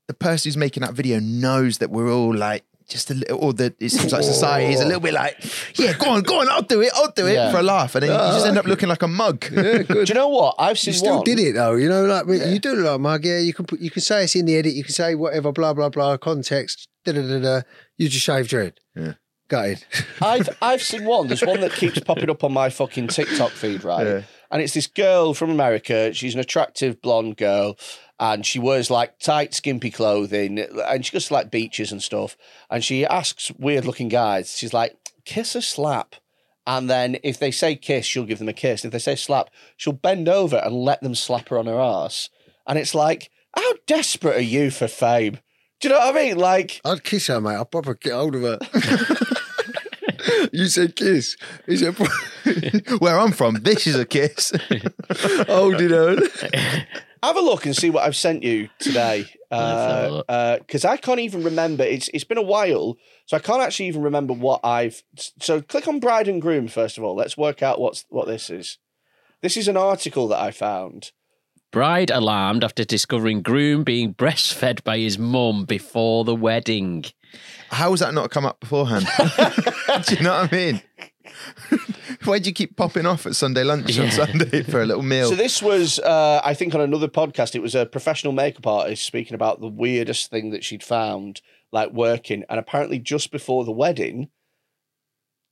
the person who's making that video knows that we're all like just a little, or that it seems like society is a little bit like, yeah, go on, go on, I'll do it, I'll do it
Yeah.
for a laugh, and then
Yeah, I
you just end
like
up looking like a mug.
Do you know what? I've
You
seen
still
one.
did it though, you know. Like you do look like mug. Yeah, you can put, you can say it's in the edit. You can say whatever, blah blah blah, context. Da da da da. You just shaved your head.
Yeah.
Gutted.
I've I've seen one. There's one that keeps popping up on my fucking TikTok feed, right?
Yeah.
And it's this girl from America. She's an attractive blonde girl, and she wears like tight, skimpy clothing, and she goes to like beaches and stuff. And she asks weird-looking guys. She's like, "Kiss or slap?" And then if they say kiss, she'll give them a kiss. If they say slap, she'll bend over and let them slap her on her ass. And it's like, how desperate are you for fame? Do you know what I mean? Like,
I'd kiss her, mate. I'd probably get hold of her. you said kiss. He said
Where I'm from, this is a kiss.
holding her.
have a look and see what I've sent you today.
Let's have a
Because
look.
uh 'cause I can't even remember. It's it's been a while, so I can't actually even remember what I've. So click on bride and groom first of all. Let's work out what's what this is. This is an article that I found.
Bride alarmed after discovering groom being breastfed by his mum before the wedding.
How has that not come up beforehand? do you know what I mean? Why do you keep popping off at Sunday lunch on Sunday for a little meal?
So this was, uh, I think, on another podcast. It was a professional makeup artist speaking about the weirdest thing that she'd found, like working, and apparently just before the wedding,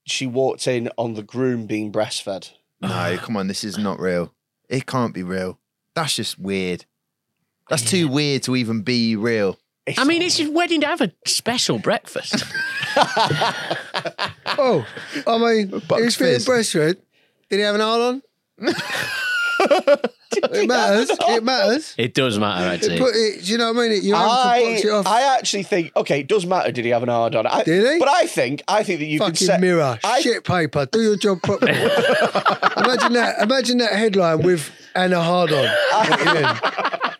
she walked in on the groom being breastfed.
No, come on, this is not real. It can't be real. That's just weird. That's too weird to even be real.
I mean, it's his wedding to have a special breakfast.
Oh, I mean,
Buck
he was feeling
fizz.
breastfed. Did he have an hard on? it matters. It matters.
it does matter, I'd
It
say.
put it, do you know what I mean? You have to
I,
box it off.
I actually think okay, it does matter. Did he have an hard on? I,
Did he?
But I think I think that you
fucking
can set
mirror,
I,
shit paper. Do your job properly. imagine that. Imagine that headline with Anna Hard on. at the end.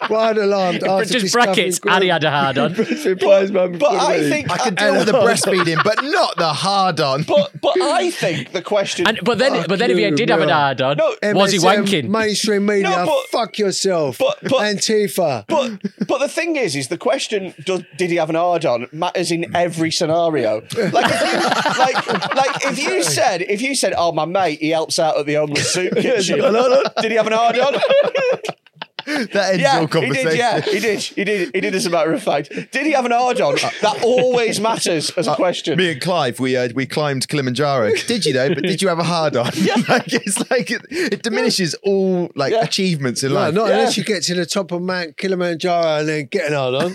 Bride alarmed. after
Just
discovering
brackets,
groom-
Addy had a hard on.
Surprise, man,
But
before the
I
wedding.
think
I can deal with the breastfeeding, but not the hard on.
But but I think the question.
And, but then, but then, if he
you,
did have an
bro.
hard on,
No,
was he
MSM,
wanking?
Mainstream media,
No, but-
fuck yourself.
But- but-
Antifa.
but but the thing is, is the question does, did he have an hard on matters in every scenario. Like if you, like like if you said if you said, oh my mate, he helps out at the homeless soup kitchen. did he have an hard on?
That ends
Yeah,
all
he
conversation.
did. Yeah, he did. He did. He did. As a matter of fact, did he have an hard on? That always matters as a question.
Me and Clive, we uh, we climbed Kilimanjaro. Did you though? But did you have a hard on? like it's like it, it diminishes all like
Yeah.
achievements in
No,
life.
Uh, not unless you get to the top of Mount Kilimanjaro and then get an hard on.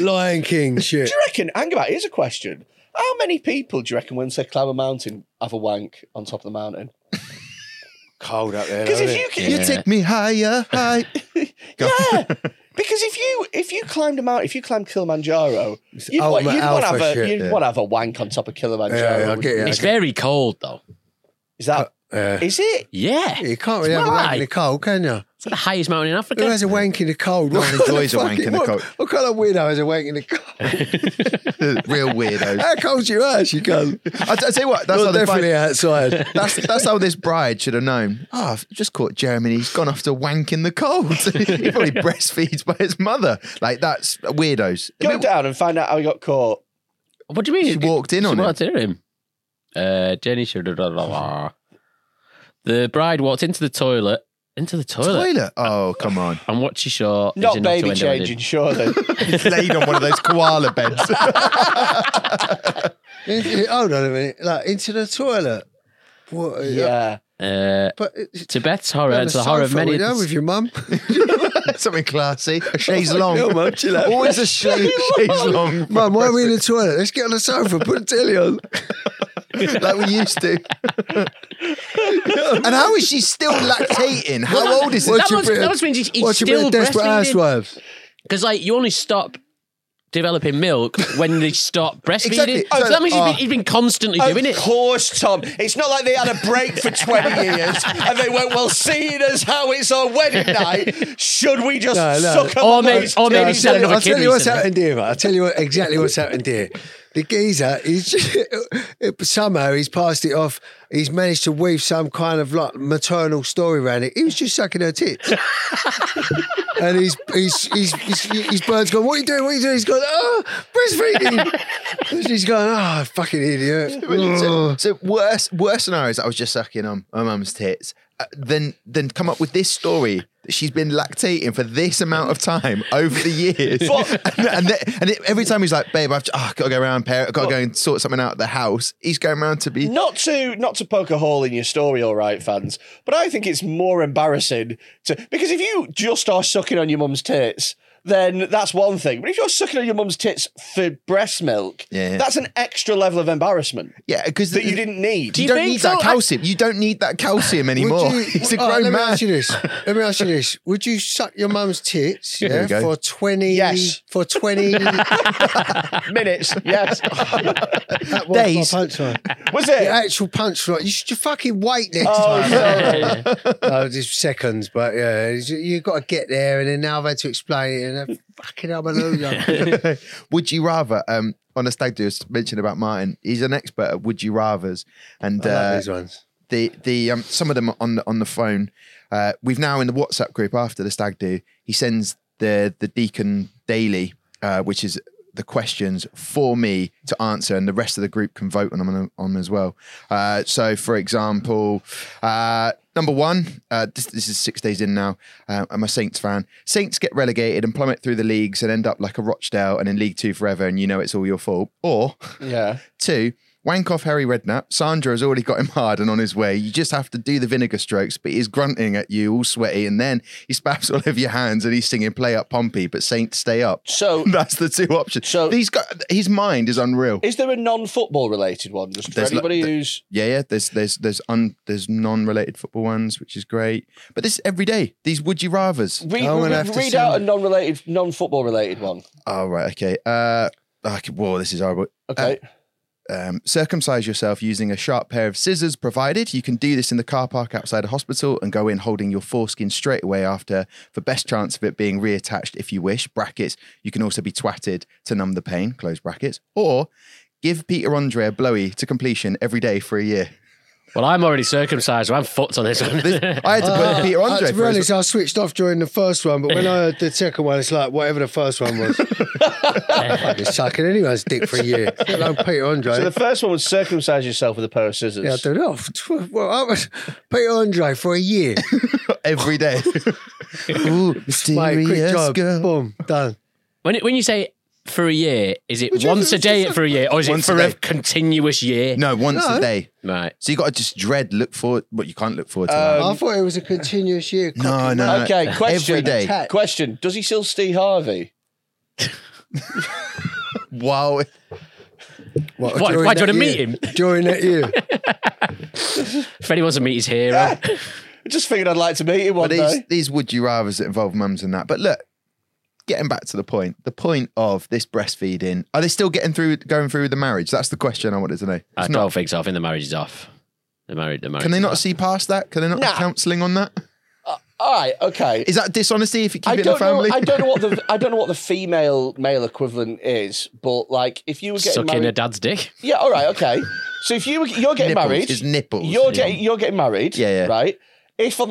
Lion King shit.
Oh. Do you reckon? Hang about. Here's a question: How many people do you reckon when they climb a mountain have a wank on top of the mountain?
Cold up there.
Because
though,
if
innit?
you,
You take me higher, high. Go.
yeah, because if you if you climbed a mountain, if you climbed Kilimanjaro, you'd, want,
ultimate
you'd want to have
alpha
a
shit,
you'd
yeah.
want to have a wank on top of Kilimanjaro.
Yeah, yeah, I
wouldn't
get
you?
you.
it's very cold though.
Is that
Yeah.
is it?
Yeah,
You can't really have a wank in the cold, can you?
it's like the highest mountain in
Who
Africa.
has a wank in the cold?
No
What
one
kind of
enjoys a wank in the
fucking-
cold.
What, what kind of weirdo has a wank in the cold?
Real weirdos.
How cold's your ass, you cunt?
I, I tell you what, that's how
You're
they find
definitely outside.
That's that's how this bride should have known. Oh, I've just caught Jeremy. He's gone off to wank in the cold. he probably breastfeeds by his mother. Like that's weirdos.
Go down and find out how he got caught.
What do you mean?
She walked in
She
on him.
walked in on him. Uh, Jenny should have. blah, blah, blah. The bride walked into the toilet. Into the toilet.
Toilet. Oh, come on.
And what she saw is
Not
enough to
baby
end a wedding.
changing, surely.
He's laid on one of those koala beds.
In- in- Hold on a minute. Like, into the toilet. What?
yeah.
Uh,
But it's
to Beth's horror and to the horror of many.
You know, with your mum.
Something classy. A chaise long.
No, mum, chill out.
Always a chaise, chaise long.
Mum, why are we in the toilet? Let's get on the sofa, put the telly on.
like we used to. and how is she still lactating? How old is
Well,
this?
that
your
must-
bit of-
that must mean he's- he's
watch a bit
still
of desperate
breastfeeding.
housewives.
Because like you only stop developing milk when they stop breastfeeding.
Exactly.
So,
So-
that means he's
oh.
been, he's been constantly doing
Of
it.
course, Tom. It's not like they had a break for 20 years and they went, well, seeing as how it's our wedding night, should we just
No, no.
suck up
Or
a
maybe-
load
or
of
maybe
tea?"
he's had
I'll
another
tell
kid
you what's
recently.
happened here. right? I'll tell you what, exactly what's happened here.
the geezer, he's somehow he's passed it off. He's managed to weave some kind of
uh,
like maternal story around it. He was just sucking her tits, and he's he's he's, he's his bird's gone. What are you doing? What are you doing? He's gone. Oh, breastfeeding. And she's gone. Oh, fucking idiot.
so, so worse worse scenario is I was just sucking on my mum's tits. Uh, then then come up with this story that she's been lactating for this amount of time over the years. and and, then- and it- every time he's like, babe, I've oh, got to go around, parent, I've got to go and sort something out at the house. He's going around to be.
Not to not to poke a hole in your story, all right, fans. But I think it's more embarrassing to because if you just are sucking on your mum's tits, then that's one thing. But if you're sucking on your mum's tits for breast milk,
Yeah, yeah.
that's an extra level of embarrassment
Yeah, because
that you didn't need.
You,
you
don't
think
need
so?
that
I-
calcium. you don't need that calcium
Would
anymore.
you-
He's a
all right,
grown
let me
man.
ask you this. Let me ask you this. Would you suck your mum's tits
Here we
yeah,
go.
for 20?
Yes.
For 20.
Minutes, yes.
That was my
Days.
punchline.
Was it? Oh,
The actual punchline. You should fucking wait next time. No, Oh, just seconds, but yeah, it's- you've got to get there, and then now I've had to explain it, and then, fucking hallelujah.
Would you rather? Um, on a stag do, as mentioned about Martin, he's an expert at would you rather's, and
I
uh,
love these ones.
the the um, some of them are on the on the phone. Uh, we've now in the WhatsApp group after the stag do. He sends the the deacon daily, uh, which is the questions for me to answer, and the rest of the group can vote on them on, them as well. Uh, so, for example, uh, number one, uh, this, this is six days in now. Uh, I'm a Saints fan. Saints get relegated and plummet through the leagues and end up like a Rochdale and in League Two forever, and you know it's all your fault. Or
yeah.
Two, wank off Harry Redknapp. Sandra has already got him hard and on his way. You just have to do the vinegar strokes, but he's grunting at you, all sweaty, and then he spaffs all over your hands and he's singing "Play Up Pompey," but Saints stay up.
So-
that's the two options.
So-
So these guys, his mind is unreal.
Is there a non-football related one? Just for
There's lo-
anybody
th-
who's
yeah, yeah. There's there's there's un there's non-related football ones, which is great. But this is every day. These would you rather's.
read,
I'm gonna
read-
Oh, have to
read
send
out a
it.
non-related, non-football related one.
Oh right, okay. Uh, I could- whoa, this is horrible.
Uh,
Okay.
um, circumcise yourself using a sharp pair of scissors, provided you can do this in the car park outside a hospital and go in holding your foreskin straight away after for best chance of it being reattached if you wish. Brackets. You can also be twatted to numb the pain. Close brackets. Or give Peter Andre a blowy to completion every day for a year.
Well, I'm already circumcised, so I'm fucked on this one.
This- I had to put Peter
I,
Andre
to be
for
honest,
his,
I switched off during the first one, but when I heard the second one, it's like whatever the first one was. I've been sucking anyone's dick for a year. Like Peter Andre.
So the first one was circumcise yourself with a pair of scissors.
yeah, I don't know. Tw- Well, I was Peter Andre for a year.
every day. Ooh,
Mate, quick job.
girl.
Boom, done.
when, when you say for a year, is it once a day for a year, or is it
Once a
for a,
day.
continuous year?
No, once a
No.
day.
Right.
So you got to just dread, look forward, but you can't look forward to that.
Um,
I thought it was a continuous year.
No, no, no.
Okay, question.
Every day.
Question. Does he still Steve Harvey?
Wow.
Why-
during
why
that
do you wanna
year?
meet him?
During that year.
If anyone wants to meet his hero,
I just figured I'd like to meet him one
But these,
day.
these would you rather's that involve mums and that. But look, getting back to the point, the point of this breastfeeding, are they still getting through going through with the marriage? That's the question I wanted to know.
I
It's
don't
not-
think so. I think the marriage is off. The marriage. The marriage.
can they
is
not
off.
see past that? Can they not
Nah.
have counselling on that?
All right. Okay.
Is that dishonesty if you keep
I
it in the
don't know.
family?
I don't know what the I don't know what the female male equivalent is, but like if you were getting
sucking a
married,
dad's dick?
yeah. All right. Okay. So if you were, you're getting
Nipples.
married,
It's nipples.
You're
Yeah.
getting you're getting married.
Yeah, yeah.
Right. If on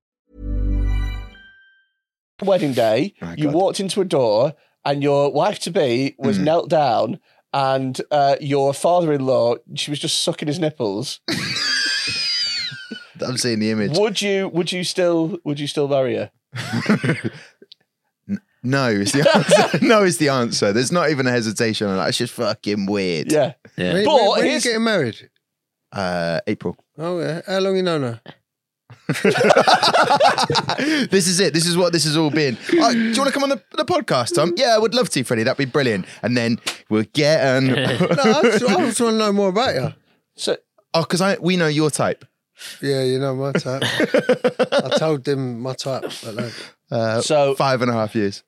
wedding day,
My
you
God. Mm.
walked into a door and your wife to be was knelt down, and uh, your father in law, she was just sucking his nipples.
I'm seeing the image.
Would you? Would you still? Would you still marry her?
No, is the answer. no, is the answer. There's not even a hesitation on that. It's just fucking weird.
Yeah.
Yeah.
When,
But
when- when are you
here's-
getting married?
Uh, April.
Oh, yeah. How long you known her?
this is it. This is what this has all been. Oh, do you want to come on the, the podcast, Tom? Yeah, I would love to, Freddie. That'd be brilliant. And then we're getting.
No, I just, I just want to know more about you.
So
oh, because I we know your type.
Yeah, you know my type. I told them my type. But like,
Uh,
So-
five and a half years.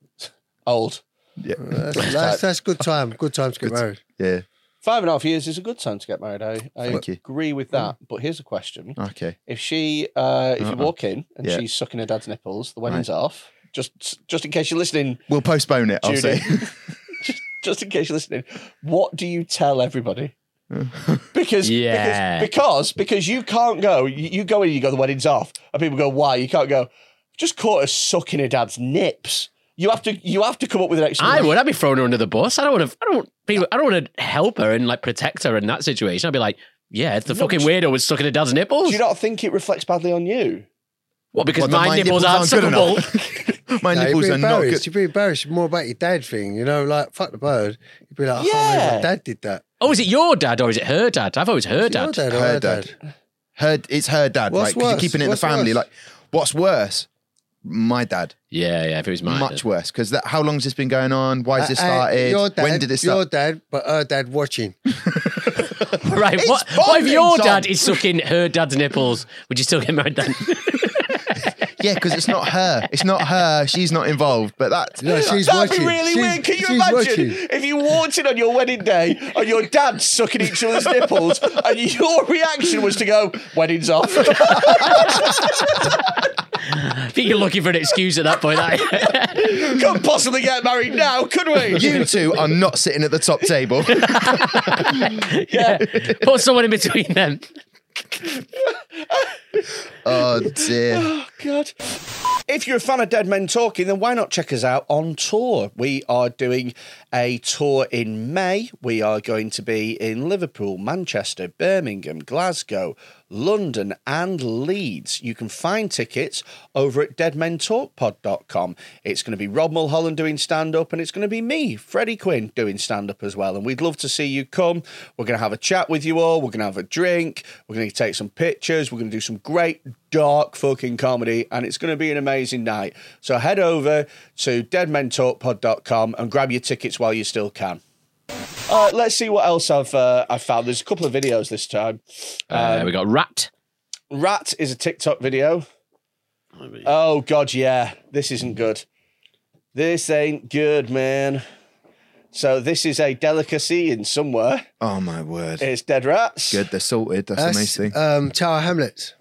old.
Yeah.
that's, that's, that's good time. Good time to get married.
Yeah.
Five and a half years is a good time to get married. I, I
Thank you.
agree with that. But here's a question:
Okay.
If she, uh, if you
Uh-uh.
walk in and
Yeah.
she's sucking her dad's nipples, the wedding's off. Just, just in case you're listening,
We'll postpone it. I'll
Judy.
say.
just, just in case you're listening, what do you tell everybody? Because,
Yeah.
because because because you can't go. You, you go in, you go. The wedding's off, and people go, "Why?" You can't go. Just caught her sucking her dad's nips. You have to you have to come up with an
I
explanation.
would. I'd be throwing her under the bus. I don't want to. I don't. be- I don't want to help her and like protect her in that situation. I'd be like, yeah, it's the fucking weirdo was sucking her dad's nipples.
Do you not think it reflects badly on you?
well, because
Well, the-
my, nipples, aren't
good
suckable.
enough. my
No,
nipples
you'd
are
be
not
embarrassed.
good.
You'd be embarrassed more about your dad thing, you know, like fuck the bird. You'd be like, I can't
Yeah.
believe my dad did that.
oh, is it your dad or is it her dad? I've always her
It's your
dad.
or
Her
her
dad. Her, it's her dad,
What's
right? 'Cause you're
worse?
keeping it in
What's
the family.
worse?
Like, what's worse? My dad.
Yeah, yeah. If it was my
Much
dad.
worse. Because that, how long has this been going on? Why has this
Uh, uh,
started?
Your dad,
when did it start?
Your dad, but her dad watching.
Right.
It's
What, what if
bonding,
your
Tom.
dad is sucking her dad's nipples? Would you still get married then?
Yeah, because it's not her. It's not her. She's not involved. But that
No, she's
That'd
watching.
be really
She's-
weird. Can you
she's
imagine
watching.
if you walked in on your wedding day and your dad sucking each other's nipples and your reaction was to go, wedding's off?
I think you're looking for an excuse at that point. aren't you?
Couldn't possibly get married now, could we?
you two are not sitting at the top table.
yeah. Put someone in between them.
oh dear.
Oh, God. If you're a fan of Dead Men Talking, then why not check us out on tour? We are doing a tour in May. We are going to be in Liverpool, Manchester, Birmingham, Glasgow, London, and Leeds. You can find tickets over at deadmentalkpod.com. It's going to be Rob Mulholland doing stand up, and it's going to be me, Freddie Quinn, doing stand up as well. And we'd love to see you come. We're going to have a chat with you all. We're going to have a drink. We're going to take some pictures. We're going to do some great dark fucking comedy, and it's going to be an amazing night. So head over to deadmentalkpod.com and grab your tickets while you still can. Uh, let's see what else I've uh, I found. There's a couple of videos this time.
Uh, we got rat.
Rat is a TikTok video. Oh God, yeah, this isn't good. This ain't good, man. So this is a delicacy in somewhere.
Oh my word.
It's dead rats.
Good. They're salted. That's,
That's,
the nice thing.
Um, Tower Hamlets.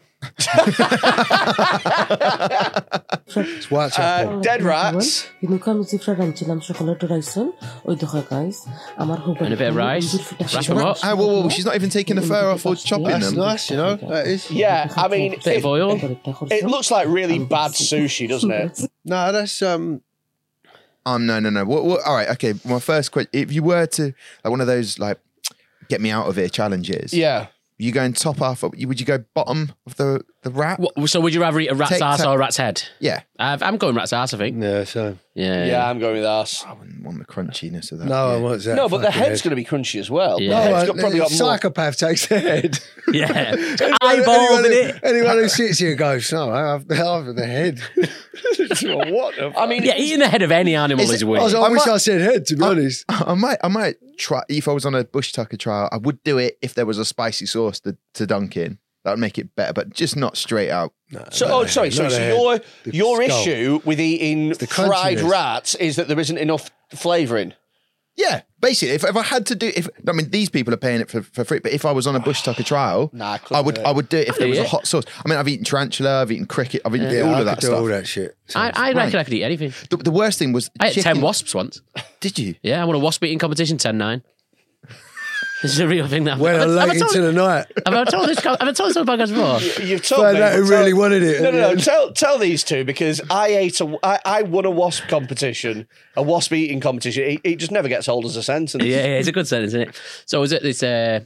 it's Whitechapel.
Uh, dead rats.
And a bit of rice. Wrap them up.
Ah, whoa, whoa, whoa, She's not even taking the fur off or chopping
That's
them.
nice, you know. That is.
Yeah, I mean,
Bit of
it,
oil.
Eh,
it looks like really bad sushi, doesn't it?
No, that's um.
Um, no, no, no. What, what, all right. Okay. My first question: If you were to like one of those like get me out of here challenges,
Yeah.
you go and top half. Of, you- would you go bottom of the the wrap?
What- so would you rather eat a rat's
Take
ass
ta-
or a rat's head?
Yeah.
I've, I'm going rat's ass, I think.
Yeah, so
Yeah.
Yeah, I'm going with us.
I wouldn't want the crunchiness of that.
no
yeah.
one wants Oh, that.
No, but the
fucking
head's
head.
going to be crunchy as well.
Yeah.
The
No,
head's got, probably got more.
psychopath takes the head.
Yeah. It's got
anyone,
Eyeballs in
who-
it.
anyone who sits here goes, no, I've, I've the head.
what? I mean,
Yeah, eating the head of any animal is,
Is it-
I,
weird.
was, I,
I
wish
might-
I said head, to be honest.
I might, I might try. If I was on a bush tucker trial, I would do it if there was a spicy sauce to, to dunk in. That would make it better, but just not straight out.
so, oh, sorry, sorry.
not
So
a
your
The
your
skull.
issue with eating
the
fried
crunchiness.
rats is that there isn't enough flavouring.
Yeah, basically, if, if I had to do, if I mean, these people are paying it for, for free, but if I was on a bush tucker trial,
Nah, I couldn't
I would,
do it.
I would do it if there was
do
a
it.
hot sauce. I mean, I've eaten tarantula, I've eaten cricket, I've eaten
Yeah,
all
I
of
could
that
do
stuff.
all that shit.
I, I reckon
Right.
I could eat anything.
The, the worst thing was
I had
chicken.
10 wasps once.
Did you?
Yeah, I won a wasp eating competition, 10 9. This is a real thing that
Went
Have I-
on
have I
late
told-
into the night.
Have I told this? co- Have I told this on the podcast before?
You- You've told
Find
me.
out who
but
really wanted it
No,
in
no,
the
no.
end.
Tell, tell these two because I ate a, I, I won a wasp competition, a wasp eating competition. It, it just never gets old as a sentence.
Yeah, yeah, it's a good sentence, isn't it? So I was at this uh,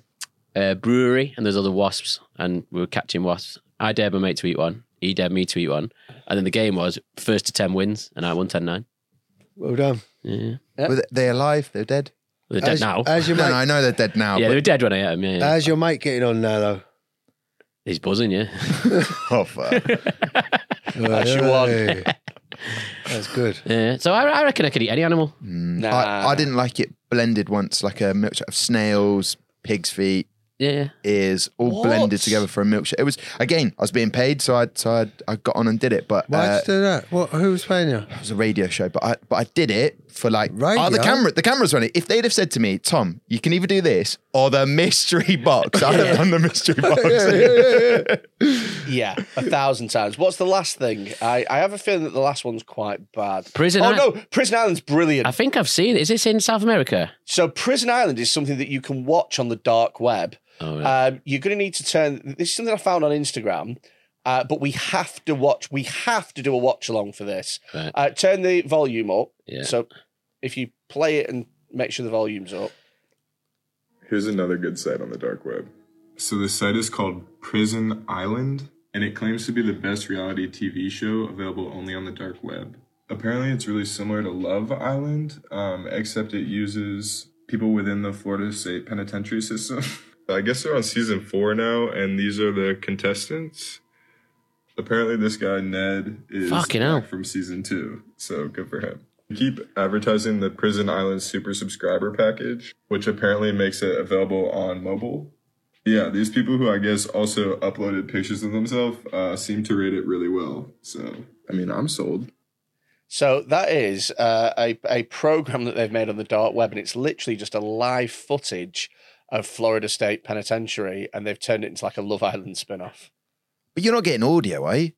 uh, brewery and there's other wasps and we were catching wasps. I dared my mate to eat one. He dared me to eat one. And then the game was first to 10 wins and I won 10 9.
Well done.
Yeah.
Were they alive? They're dead.
They're dead
As-
now.
as your
No,
mate-
no, I know they're dead now.
Oh. yeah,
but-
they were dead when I ate him. Yeah, yeah.
How's your mate getting on now, though?
He's buzzing, yeah.
oh, fuck.
That's
your one.
That's good.
yeah. So I, I reckon I could eat any animal.
Nah.
I, I didn't like it blended once, like a milkshake of snails, pig's feet,
Yeah, yeah.
ears, all
What?
blended together for a milkshake. It was again, I was being paid, so I so I, I got on and did it. But
Why
uh,
did you do that? What, who was paying you?
it was a radio show, but I but I did it for like
Radio?
Oh, the camera, the cameras on it. If they'd have said to me, Tom, you can either do this or the mystery box, I'd have done the mystery box.
Yeah, a thousand times. What's the last thing? I, I have a feeling that the last one's quite bad.
Prison
Oh
Island.
no, Prison Island's brilliant.
I think I've seen it. Is this in South America?
So Prison Island is something that you can watch on the dark web.
Oh,
Uh,
yeah.
Um, you're going to need to turn. This is something I found on Instagram, uh, but we have to watch. We have to do a watch along for this.
Right.
Uh, turn the volume up.
Yeah.
So if you play it and make sure the volume's up.
Here's another good site on the dark web. So the site is called Prison Island, and it claims to be the best reality TV show available only on the dark web. Apparently, it's really similar to Love Island, um, except it uses people within the Florida State Penitentiary System. I guess they're on season four now, and these are the contestants. Apparently, this guy Ned is
Fucking hell.
back from season two, so good for him. Keep advertising the Prison Island Super Subscriber Package, which apparently makes it available on mobile. Yeah, these people who I guess also uploaded pictures of themselves uh, seem to rate it really well. So, I mean, I'm sold.
So that is uh, a a program that they've made on the dark web, and it's literally just a live footage of Florida State Penitentiary, and they've turned it into like a Love Island spin off.
but you're not getting audio, eh?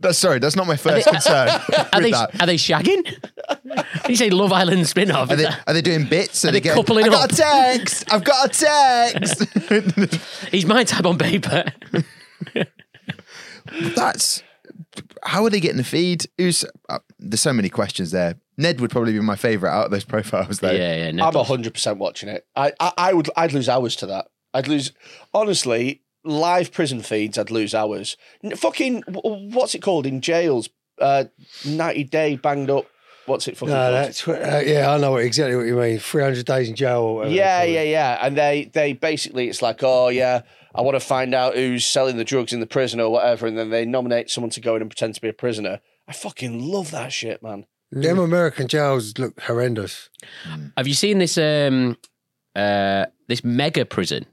That's sorry, that's not my first concern
Are
with
they,
that.
are they shagging? you say Love Island spin off.
Are they, are they doing bits? Are,
Are they
going,
coupling
I got
up?"
a text. I've got a text.
He's my type on paper.
That's how are they getting the feed? Who's uh, there's so many questions there. Ned would probably be my favorite out of those profiles, though.
yeah, yeah. No,
I'm hundred percent watching it. I, I I would I'd lose hours to that. I'd lose honestly live prison feeds. I'd lose hours. N- fucking wh- what's it called in jails? Uh, Ninety day banged up. What's it fucking?
No,
called?
that's uh, yeah. I know what- exactly what you mean. Three hundred days in jail. Or whatever they
Yeah,
call it.
yeah, yeah. And they they basically it's like, oh yeah, I want to find out who's selling the drugs in the prison or whatever, and then they nominate someone to go in and pretend to be a prisoner. I fucking love that shit, man.
Them American jails look horrendous.
Have you seen this um uh this mega prison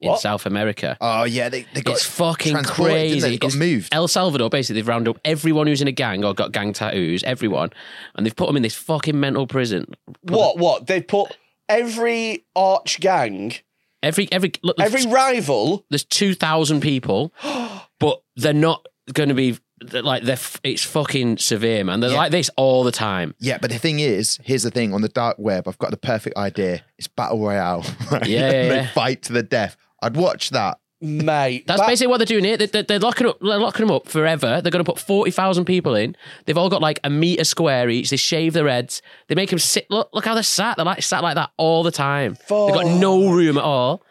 in
What?
South America?
Oh yeah, they, they got
It's fucking
transported, didn't
crazy.
They? They got
It's
moved.
El Salvador, basically, they've rounded up everyone who's in a gang or got gang tattoos, everyone, and they've put them in this fucking mental prison.
What what they put every arch gang,
Every every look, there's-
every rival.
there's two thousand people, but they're not going to be they're like they're. f- It's fucking severe, man. They're
Yeah.
like this all the time.
yeah, but the thing is, here's the thing: on the dark web, I've got the perfect idea. It's battle royale. right?
Yeah,
And they
yeah.
fight to the death. I'd watch that.
Mate,
That's
that-
basically what they're doing here. They, they, they're locking up, they're locking them up forever. They're going to put forty thousand people in. They've all got like a meter square each. They shave their heads. They make them sit. Look, look how they're sat. They're like sat like that all the time. They've got no room at all,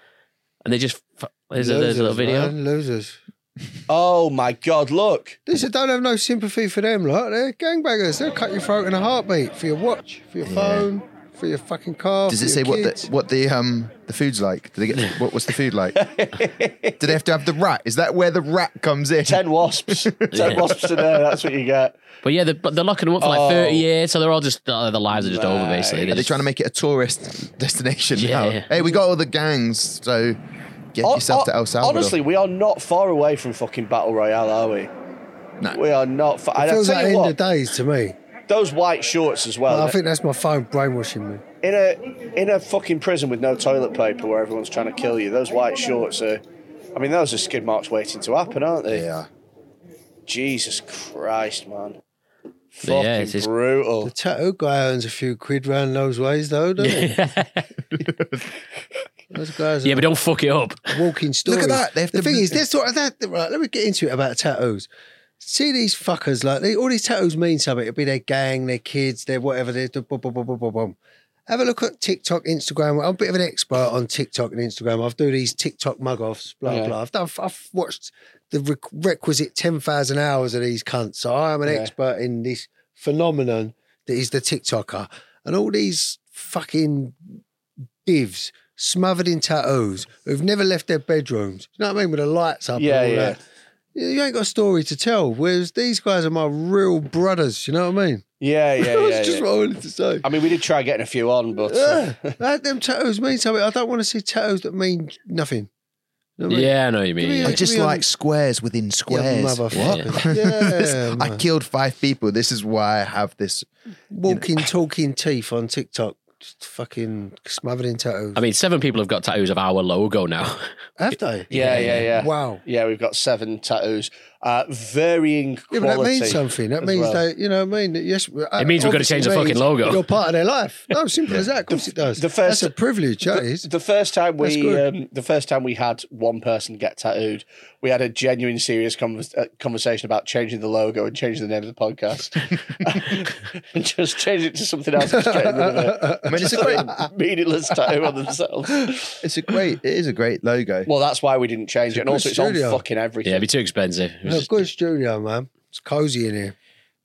and they just. f- There's a, there's a little video.
man, losers.
Oh my god, look.
This I don't have no sympathy for them. Like they're gangbangers. They'll cut your throat in a heartbeat for your watch, for your phone, for your fucking car.
Does
for
it say
your
what
kids.
the what the um the food's like? Do they get what, what's the food like? Do they have to have the rat? Is that where the rat comes in?
Ten wasps. Ten wasps in there, that's what you get.
But yeah, they're, but they're locking them up for like
Oh.
thirty years, so they're all just uh, their lives are just over
Right.
basically.
Are they
just-
trying to make it a tourist destination
Yeah,
now?
yeah.
Hey, we got all the gangs, so get
Hon-
yourself to El
hon-
Salvador.
Honestly, we are not far away from fucking Battle Royale, are we?
No.
We are not far. And
It
I'll
feels
tell
like
you
end
what,
of days to me.
those white shorts as well.
I think that's my phone brainwashing me.
in a in a fucking prison with no toilet paper where everyone's trying to kill you, those white shorts are. I mean, those are skid marks waiting to happen, aren't they?
yeah.
Jesus Christ, man.
But
Fucking
yeah, it's just-
The
brutal.
tattoo guy earns a few quid round those ways, though, doesn't he? Those guys.
Yeah, but don't fuck it up.
walking stories.
at that, they have
the
to-
thing is, this sort of that. Right, let me get into it about tattoos. See these fuckers like they, all these tattoos mean something. It'll be their gang, their kids, their whatever. Their boom, boom, boom, boom, boom, boom. Have a look at TikTok, Instagram. I'm a bit of an expert on TikTok and Instagram. I've done these TikTok mug offs, blah
Yeah.
blah. I've, done, I've watched the requ- requisite ten thousand hours of these cunts. So I am an
Yeah.
expert in this phenomenon that is the TikToker, and all these fucking divs smothered in tattoos who've never left their bedrooms. You know what I mean? With the lights up
Yeah,
and all
yeah.
that. You you ain't got a story to tell. Whereas these guys are my real brothers. You know what I mean?
Yeah, yeah, yeah.
That's just
yeah.
what I wanted to say.
I mean, we did try getting a few on, but uh,
Yeah, that- them tattoos mean something. I don't want to see tattoos that mean nothing. You know what I mean?
Yeah, I know what you mean.
Give me
yeah.
I
Give
just
me a-
like squares within squares.
motherfucker. Yeah,
I
man.
killed five people. This is why I have this.
Walking, talking teeth on TikTok. Just fucking smothered in tattoos.
I mean, seven people have got tattoos of our logo now.
Have they?
yeah, yeah, yeah.
Wow.
Yeah, we've got seven tattoos, uh, varying
Yeah,
quality.
but that means something. That
as
means
well.
that you know what I mean. That Yes, uh,
It means we're gonna
obviously
change the fucking
means
logo.
You're part of their life. No, simple as that. Of course it does.
the first-
That's a privilege. That
the,
is.
the first time
That's
we
good.
um, the first time we had one person get tattooed, we had a genuine serious convers uh, conversation about changing the logo and changing the name of the podcast, and just change it to something else. And just get rid of it.
I mean, it's a
Just
great.
a meaningless tattoo on themselves.
It's a great. It is a great logo.
Well, that's why we didn't change it, and
good
also it's
studio.
on fucking everything.
yeah, it'd be too expensive. It was
No,
just-
good studio, man. It's cozy in here.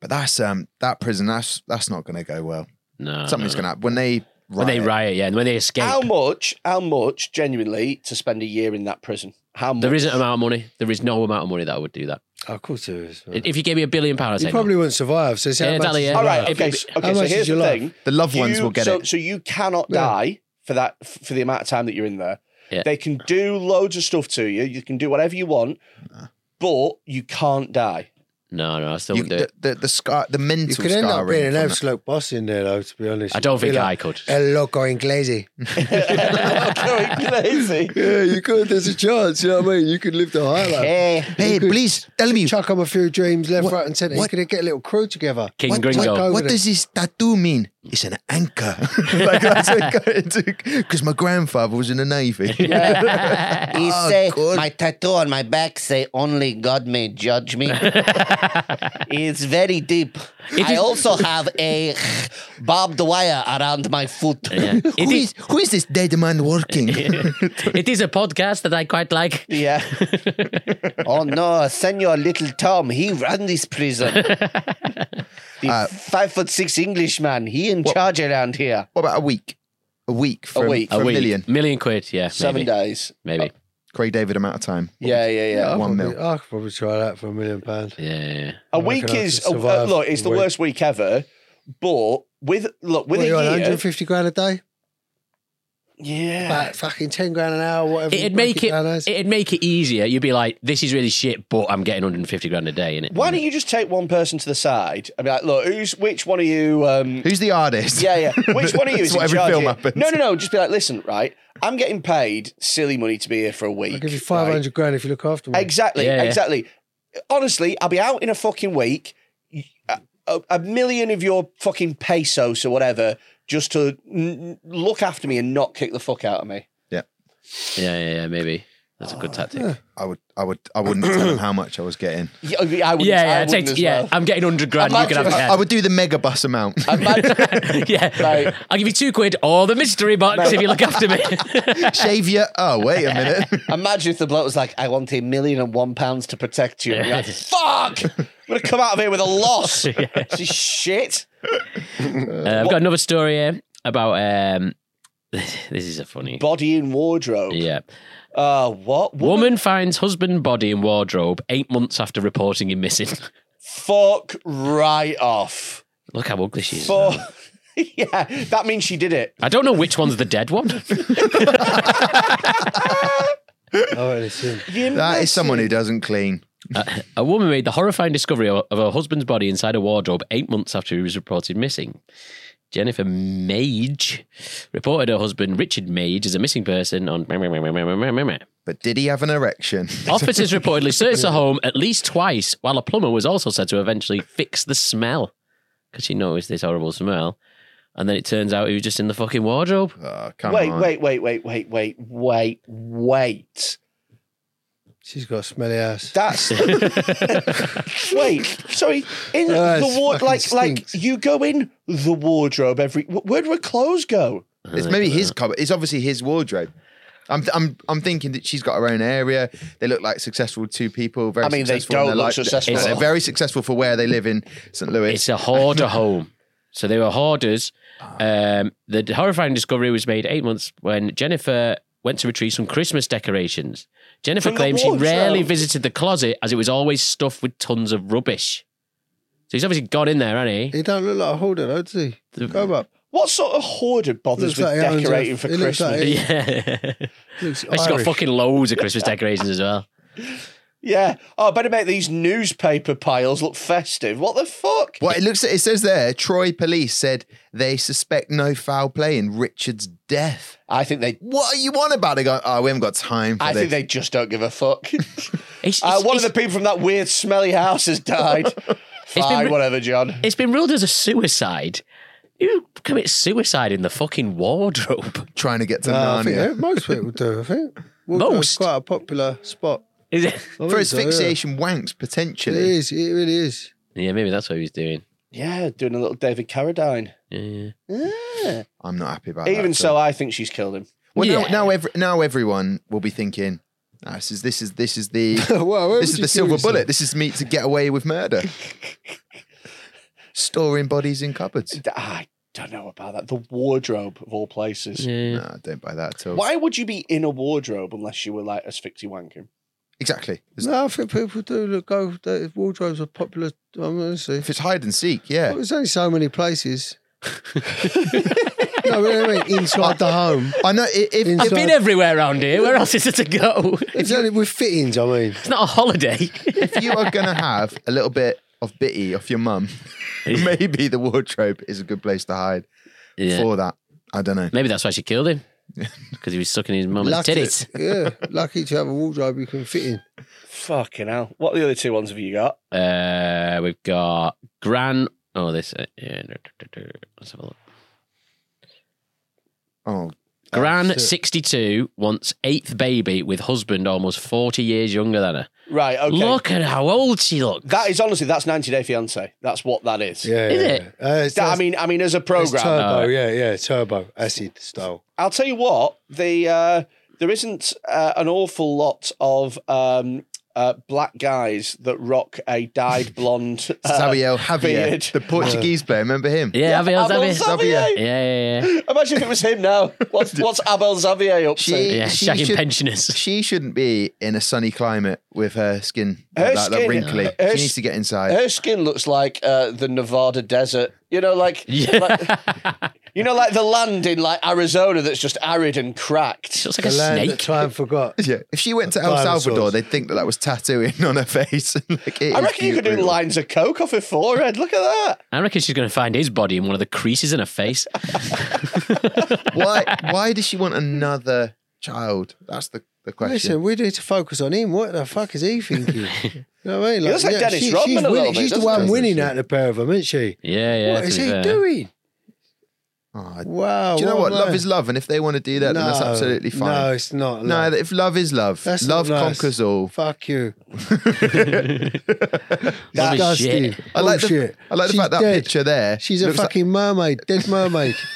But that's um that prison. That's that's not going to go well.
no,
Something's going
no, no.
to happen when they
When
riot.
they riot, yeah, and when they escape,
How much? How much? Genuinely, to spend a year in that prison? How much?
there isn't amount of money. There is no amount of money that would do that.
Oh, of course there is. man.
If you gave me a billion pounds,
You
I'd say
probably
no.
wouldn't survive. So it's how much
Yeah, exactly,
is
yeah.
it
All right.
worth?
Okay.
If
s-
it-
how
Okay. So
much
here's
is your
the
life?
thing.
The loved ones
You-
will get
so,
it.
So you cannot
Yeah.
die for that for the amount of time that you're in there.
Yeah.
They can do loads of stuff to you. You can do whatever you want, but you can't die.
No, no, I still
You-
wouldn't do
the,
it.
the the scar, the mental
You could end up
scarring
being an
from that.
absolute boss in there, though. To be honest,
I don't
You'd be
think I
like, uh,
could.
El loco inglese.
I'm going crazy.
yeah, you could. There's a chance. You know what I mean? You could live the high life.
Eh,
Hey, please tell me.
Chuck on a few dreams left,
What-
right, and centre. You
what-
could get a little crew together.
King
What,
Gringo.
Go
what, what
with
does this tattoo mean? It's an anchor. like that's because my grandfather was in the navy.
He
Oh, say, good. "My
tattoo on my back say only God may judge me. it's very deep. I also have a barbed wire around my foot.
Yeah.
Who
It, is,
is who is this dead man working?
it is a podcast that I quite like.
Yeah. oh no, Senor Little Tom, he run this prison. the five foot six Englishman, he in charge around here.
What about a week? A week for a,
week.
for a,
week.
million.
million quid, yeah,
Seven
maybe,
days.
maybe.
Craig David amount of time.
Yeah, yeah, yeah.
I'd
One
probably-
mil.
I could probably try that for a million pounds.
Yeah, yeah.
A
I reckon
week
I could
is a,
survive
look. It's
a
the
week.
worst week ever. But with look with
What, you on,
a year,
150 grand a day?
yeah,
About fucking 10 grand an hour, whatever. you
It'd
break
make it.
down as.
It'd make it easier. You'd be like, "This is really shit," but I'm getting 150 grand a day in it.
Why don't you just take one person to the side and be like, look, who's which one of you? Um,
Who's the artist?
yeah, yeah. Which one of you
That's
is
what
in
every
charge?
film
here?
happens.
No, no, no. Just be like, listen, right? I'm getting paid silly money to be here for a week.
I'll give you
right?
500 grand if you look after me.
Exactly,
Mm. Yeah, yeah.
exactly. Honestly, I'll be out in a fucking week. A, a- a million of your fucking pesos or whatever just to n- n- look after me and not kick the fuck out of me.
Yeah, yeah, yeah, maybe. That's a good tactic. Yeah,
I would I would I wouldn't tell him how much I was getting.
Yeah, I mean, I wouldn't- I
yeah.
wouldn't
take,
as
yeah
well.
I'm getting 100 grand. you can have
I,
ten.
I would do the mega bus amount.
Imagine-
yeah,
Right.
I'll give you two quid or the mystery box if you look after me.
Shave your oh wait a minute.
Imagine if the bloke was like, I want a million and one pounds to protect you. And you're like, fuck! I'm going to come out of here with a loss. This is shit.
Uh, I've got another story here about. um This is a funny.
Body in wardrobe.
Yeah.
Uh, what?
Woman, finds husband body in wardrobe eight months after reporting him missing.
Fuck right off.
Look how ugly she is.
Fuck. yeah, that means she did it.
I don't know which one's the dead one.
Oh, listen.
That is someone who doesn't clean.
A- a woman made the horrifying discovery of of her husband's body inside a wardrobe eight months after he was reported missing. Jennifer Mage reported her husband, Richard Mage, as a missing person on.
But did he have an erection?
Officers reportedly searched the home at least twice, while a plumber was also said to eventually fix the smell because she noticed this horrible smell. and then it turns out he was just in the fucking wardrobe.
Oh, come
wait,
on.
wait, wait, wait, wait, wait, wait, wait.
She's got a smelly ass.
That's wait. Sorry, in
Ah, it's
the ward,
fucking
like
stinks.
like you go in the wardrobe every. wh- Where do her clothes go?
It's maybe his cupboard. It's obviously his wardrobe. I'm, I'm, I'm thinking that she's got her own area. They look like successful two people. Very
I mean, they
successful in
don't
their
look
life.
successful.
They're very successful for where they live in St. Louis.
It's a hoarder home. So they were hoarders. Um, the horrifying discovery was made eight months when Jennifer went to retrieve some Christmas decorations. Jennifer
From the
claims she
wardrobe.
rarely visited the closet as it was always stuffed with tons of rubbish. So he's obviously gone in there, hasn't he?
He don't look like a hoarder, though, does he? Go up.
What sort of hoarder bothers
Looks
with
like he owns
decorating
a-
for
it looks
Christmas?
like he-
Yeah.
Looks
She's got
Irish.
fucking loads of Christmas decorations as well.
yeah. Oh, I better make these newspaper piles look festive. What the fuck?
Well, it looks. It says there. Troy police said they suspect no foul play in Richard's death.
I think they.
What are you on about? They go. Oh, we haven't got time for
I
this.
think they just don't give a fuck.
It's-
uh,
it's-
one of the
it's-
people from that weird smelly house has died. Fine,
re-
whatever, John.
it's been ruled as a suicide. You commit suicide in the fucking wardrobe.
trying to get to
Nah, I think
Narnia
yeah, most people do. I think Wardrobe's
Most?
quite a popular spot.
Is it?
I
for
think so, yeah.
asphyxiation wanks
It
potentially.
is. It really is.
Yeah, maybe that's what he was doing.
Yeah, doing a little David Carradine.
Yeah, yeah.
Yeah.
I'm not happy about that.
Even
at
so,
all.
I think she's killed him.
well, now,
Yeah.
now, every, now everyone will be thinking, "Ah, "This is this is this is the
Wow, where
this
would
is
you
the silver
kill
bullet.
yourself?
This is me to get away with murder." Storing bodies in cupboards.
D- Ah, I don't know about that. The wardrobe of all places.
Yeah.
No, I don't buy that at all.
Why would you be in a wardrobe unless you were like asphyxie wanking?
Exactly.
No, I think people do look go. the Wardrobes are popular. I mean, honestly,
If it's hide and seek, yeah.
there's only so many places. no, but I mean inside the home.
I know. i- If, if
I've been everywhere around here. Where else is it to go?
It's only with fittings. I mean,
It's not a holiday.
if you are going to have a little bit of bitty off your mum, maybe the wardrobe is a good place to hide for that. I don't know.
Maybe that's why she killed him. Because he was sucking his mum's
lucky.
titties.
Yeah, lucky to have a wardrobe you can fit in.
Fucking hell. What are the other two ones have you got?
Uh, we've got Gran. Oh, this. Uh, yeah, no, do, do, do. Let's have a look.
Oh,
Gran, 62, wants eighth baby with husband almost 40 years younger than her.
Right, okay.
Look at how old she looks.
That is honestly, that's 90 Day Fiance. That's what that is.
Yeah,
Is
yeah.
it?
Uh, it's,
That- I
that's-
mean, I mean, as a
it's
program,
turbo.
Uh,
yeah, yeah, turbo acid style.
I'll tell you what the uh, there isn't uh, an awful lot of um, uh, black guys that rock a dyed blonde uh,
Xavier Javier,
beard.
the Portuguese player. Remember him?
Yeah, Abby,
Abel
Abby.
Xavier.
Yeah, yeah, yeah.
Imagine if it was him now. What's, what's Abel Xavier up to?
She,
Yeah,
she
shagging
should-
pensioners.
She shouldn't be in a sunny climate with her skin
Her
like that, that
skin-
wrinkly.
her
she
s-
needs to get inside.
Her skin looks like uh, the Nevada desert. You know, like, like you know, like the land in like Arizona that's just arid and
She
cracked.
looks like
The
a
land
snake.
that time forgot.
yeah. If she went to El
Dinosaurs.
Salvador, they'd think that that was tattooing on her face. like, it
I
is
reckon you could do
brutal.
lines of coke off her forehead. Look at that.
I reckon she's going to find his body in one of the creases in her face.
Why? Why does she want another child? That's the, the question.
Listen, we need to focus on him. What the fuck is he thinking? you know what I mean?
looks like Dennis
she's
Rodman a little
winning-
bit,
She's the
doesn't
one
he?
winning out of the pair of them, isn't she?
Yeah, yeah.
what
to
is
be
he
fair.
doing?
Oh, I-
Wow.
Do you know
a
what? Love
man.
is love, and if they want to do that, then that's
No,
absolutely fine.
No, it's not.
No,
love.
if love is love,
That's
love
not nice.
conquers all.
Fuck you.
Love is
Disgusting.
shit.
I like the,
Bullshit.
I like
Oh,
the
She's
fact that
dead.
picture there.
She's a
looks like-
fucking mermaid, dead mermaid.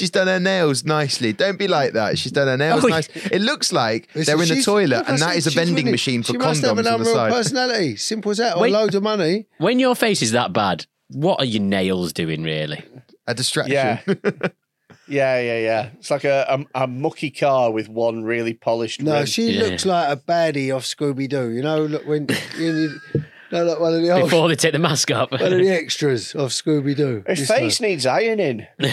she's done her nails nicely. Don't be like that. She's done her nails
Oh,
nice. It looks like
Listen,
they're in the
she's-
toilet,
like I
and that
said,
is a
she's
vending
winning.
machine for
she must have
condoms
an
on the
unreal
side.
personality. Simple as that. Or
Wait.
loads of money.
When your face is that bad, what are your nails doing, really?
a distraction.
Yeah. Yeah, yeah, yeah. It's like a a, a mucky car with one really polished.
No,
rim.
she
Yeah.
looks like a baddie off Scooby Doo. You know, look when you need, no, like one of
Oh,
the old,
Before they take the mask off.
one of the extras of Scooby Doo.
her face needs ironing. Oh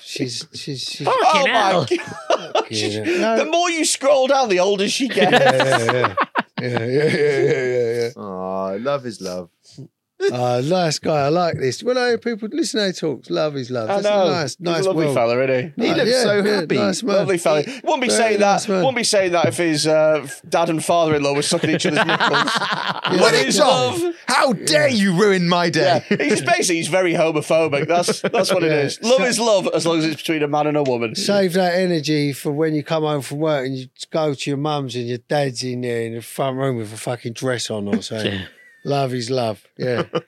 She's she's. she's
Fucking hell.
my god!
yeah,
The
no,
more you scroll down, the older she gets.
yeah, yeah, yeah, yeah, yeah, yeah.
Oh, love is love.
oh, nice guy. I like this. Well, no, people listen how he talks. Love is love.
I
That's a
know.
nice,
He's a
nice
lovely
world.
fella, isn't he?
He
Nice,
looks
yeah,
so
yeah,
happy.
nice man.
Lovely fella. Won't be
Very
saying
nice
that.
man.
Won't be saying that if his uh, dad and father-in-law were sucking each other's nipples.
What
is
is love?
love?
How dare you ruin my
Yeah,
day?
he's basically he's very homophobic. That's that's what
Yeah.
it is. Love is love as long as it's between a man and a woman.
Save that energy for when you come home from work and you go to your mum's and your dad's in there in the front room with a fucking dress on or something. love is love. Yeah. Oh,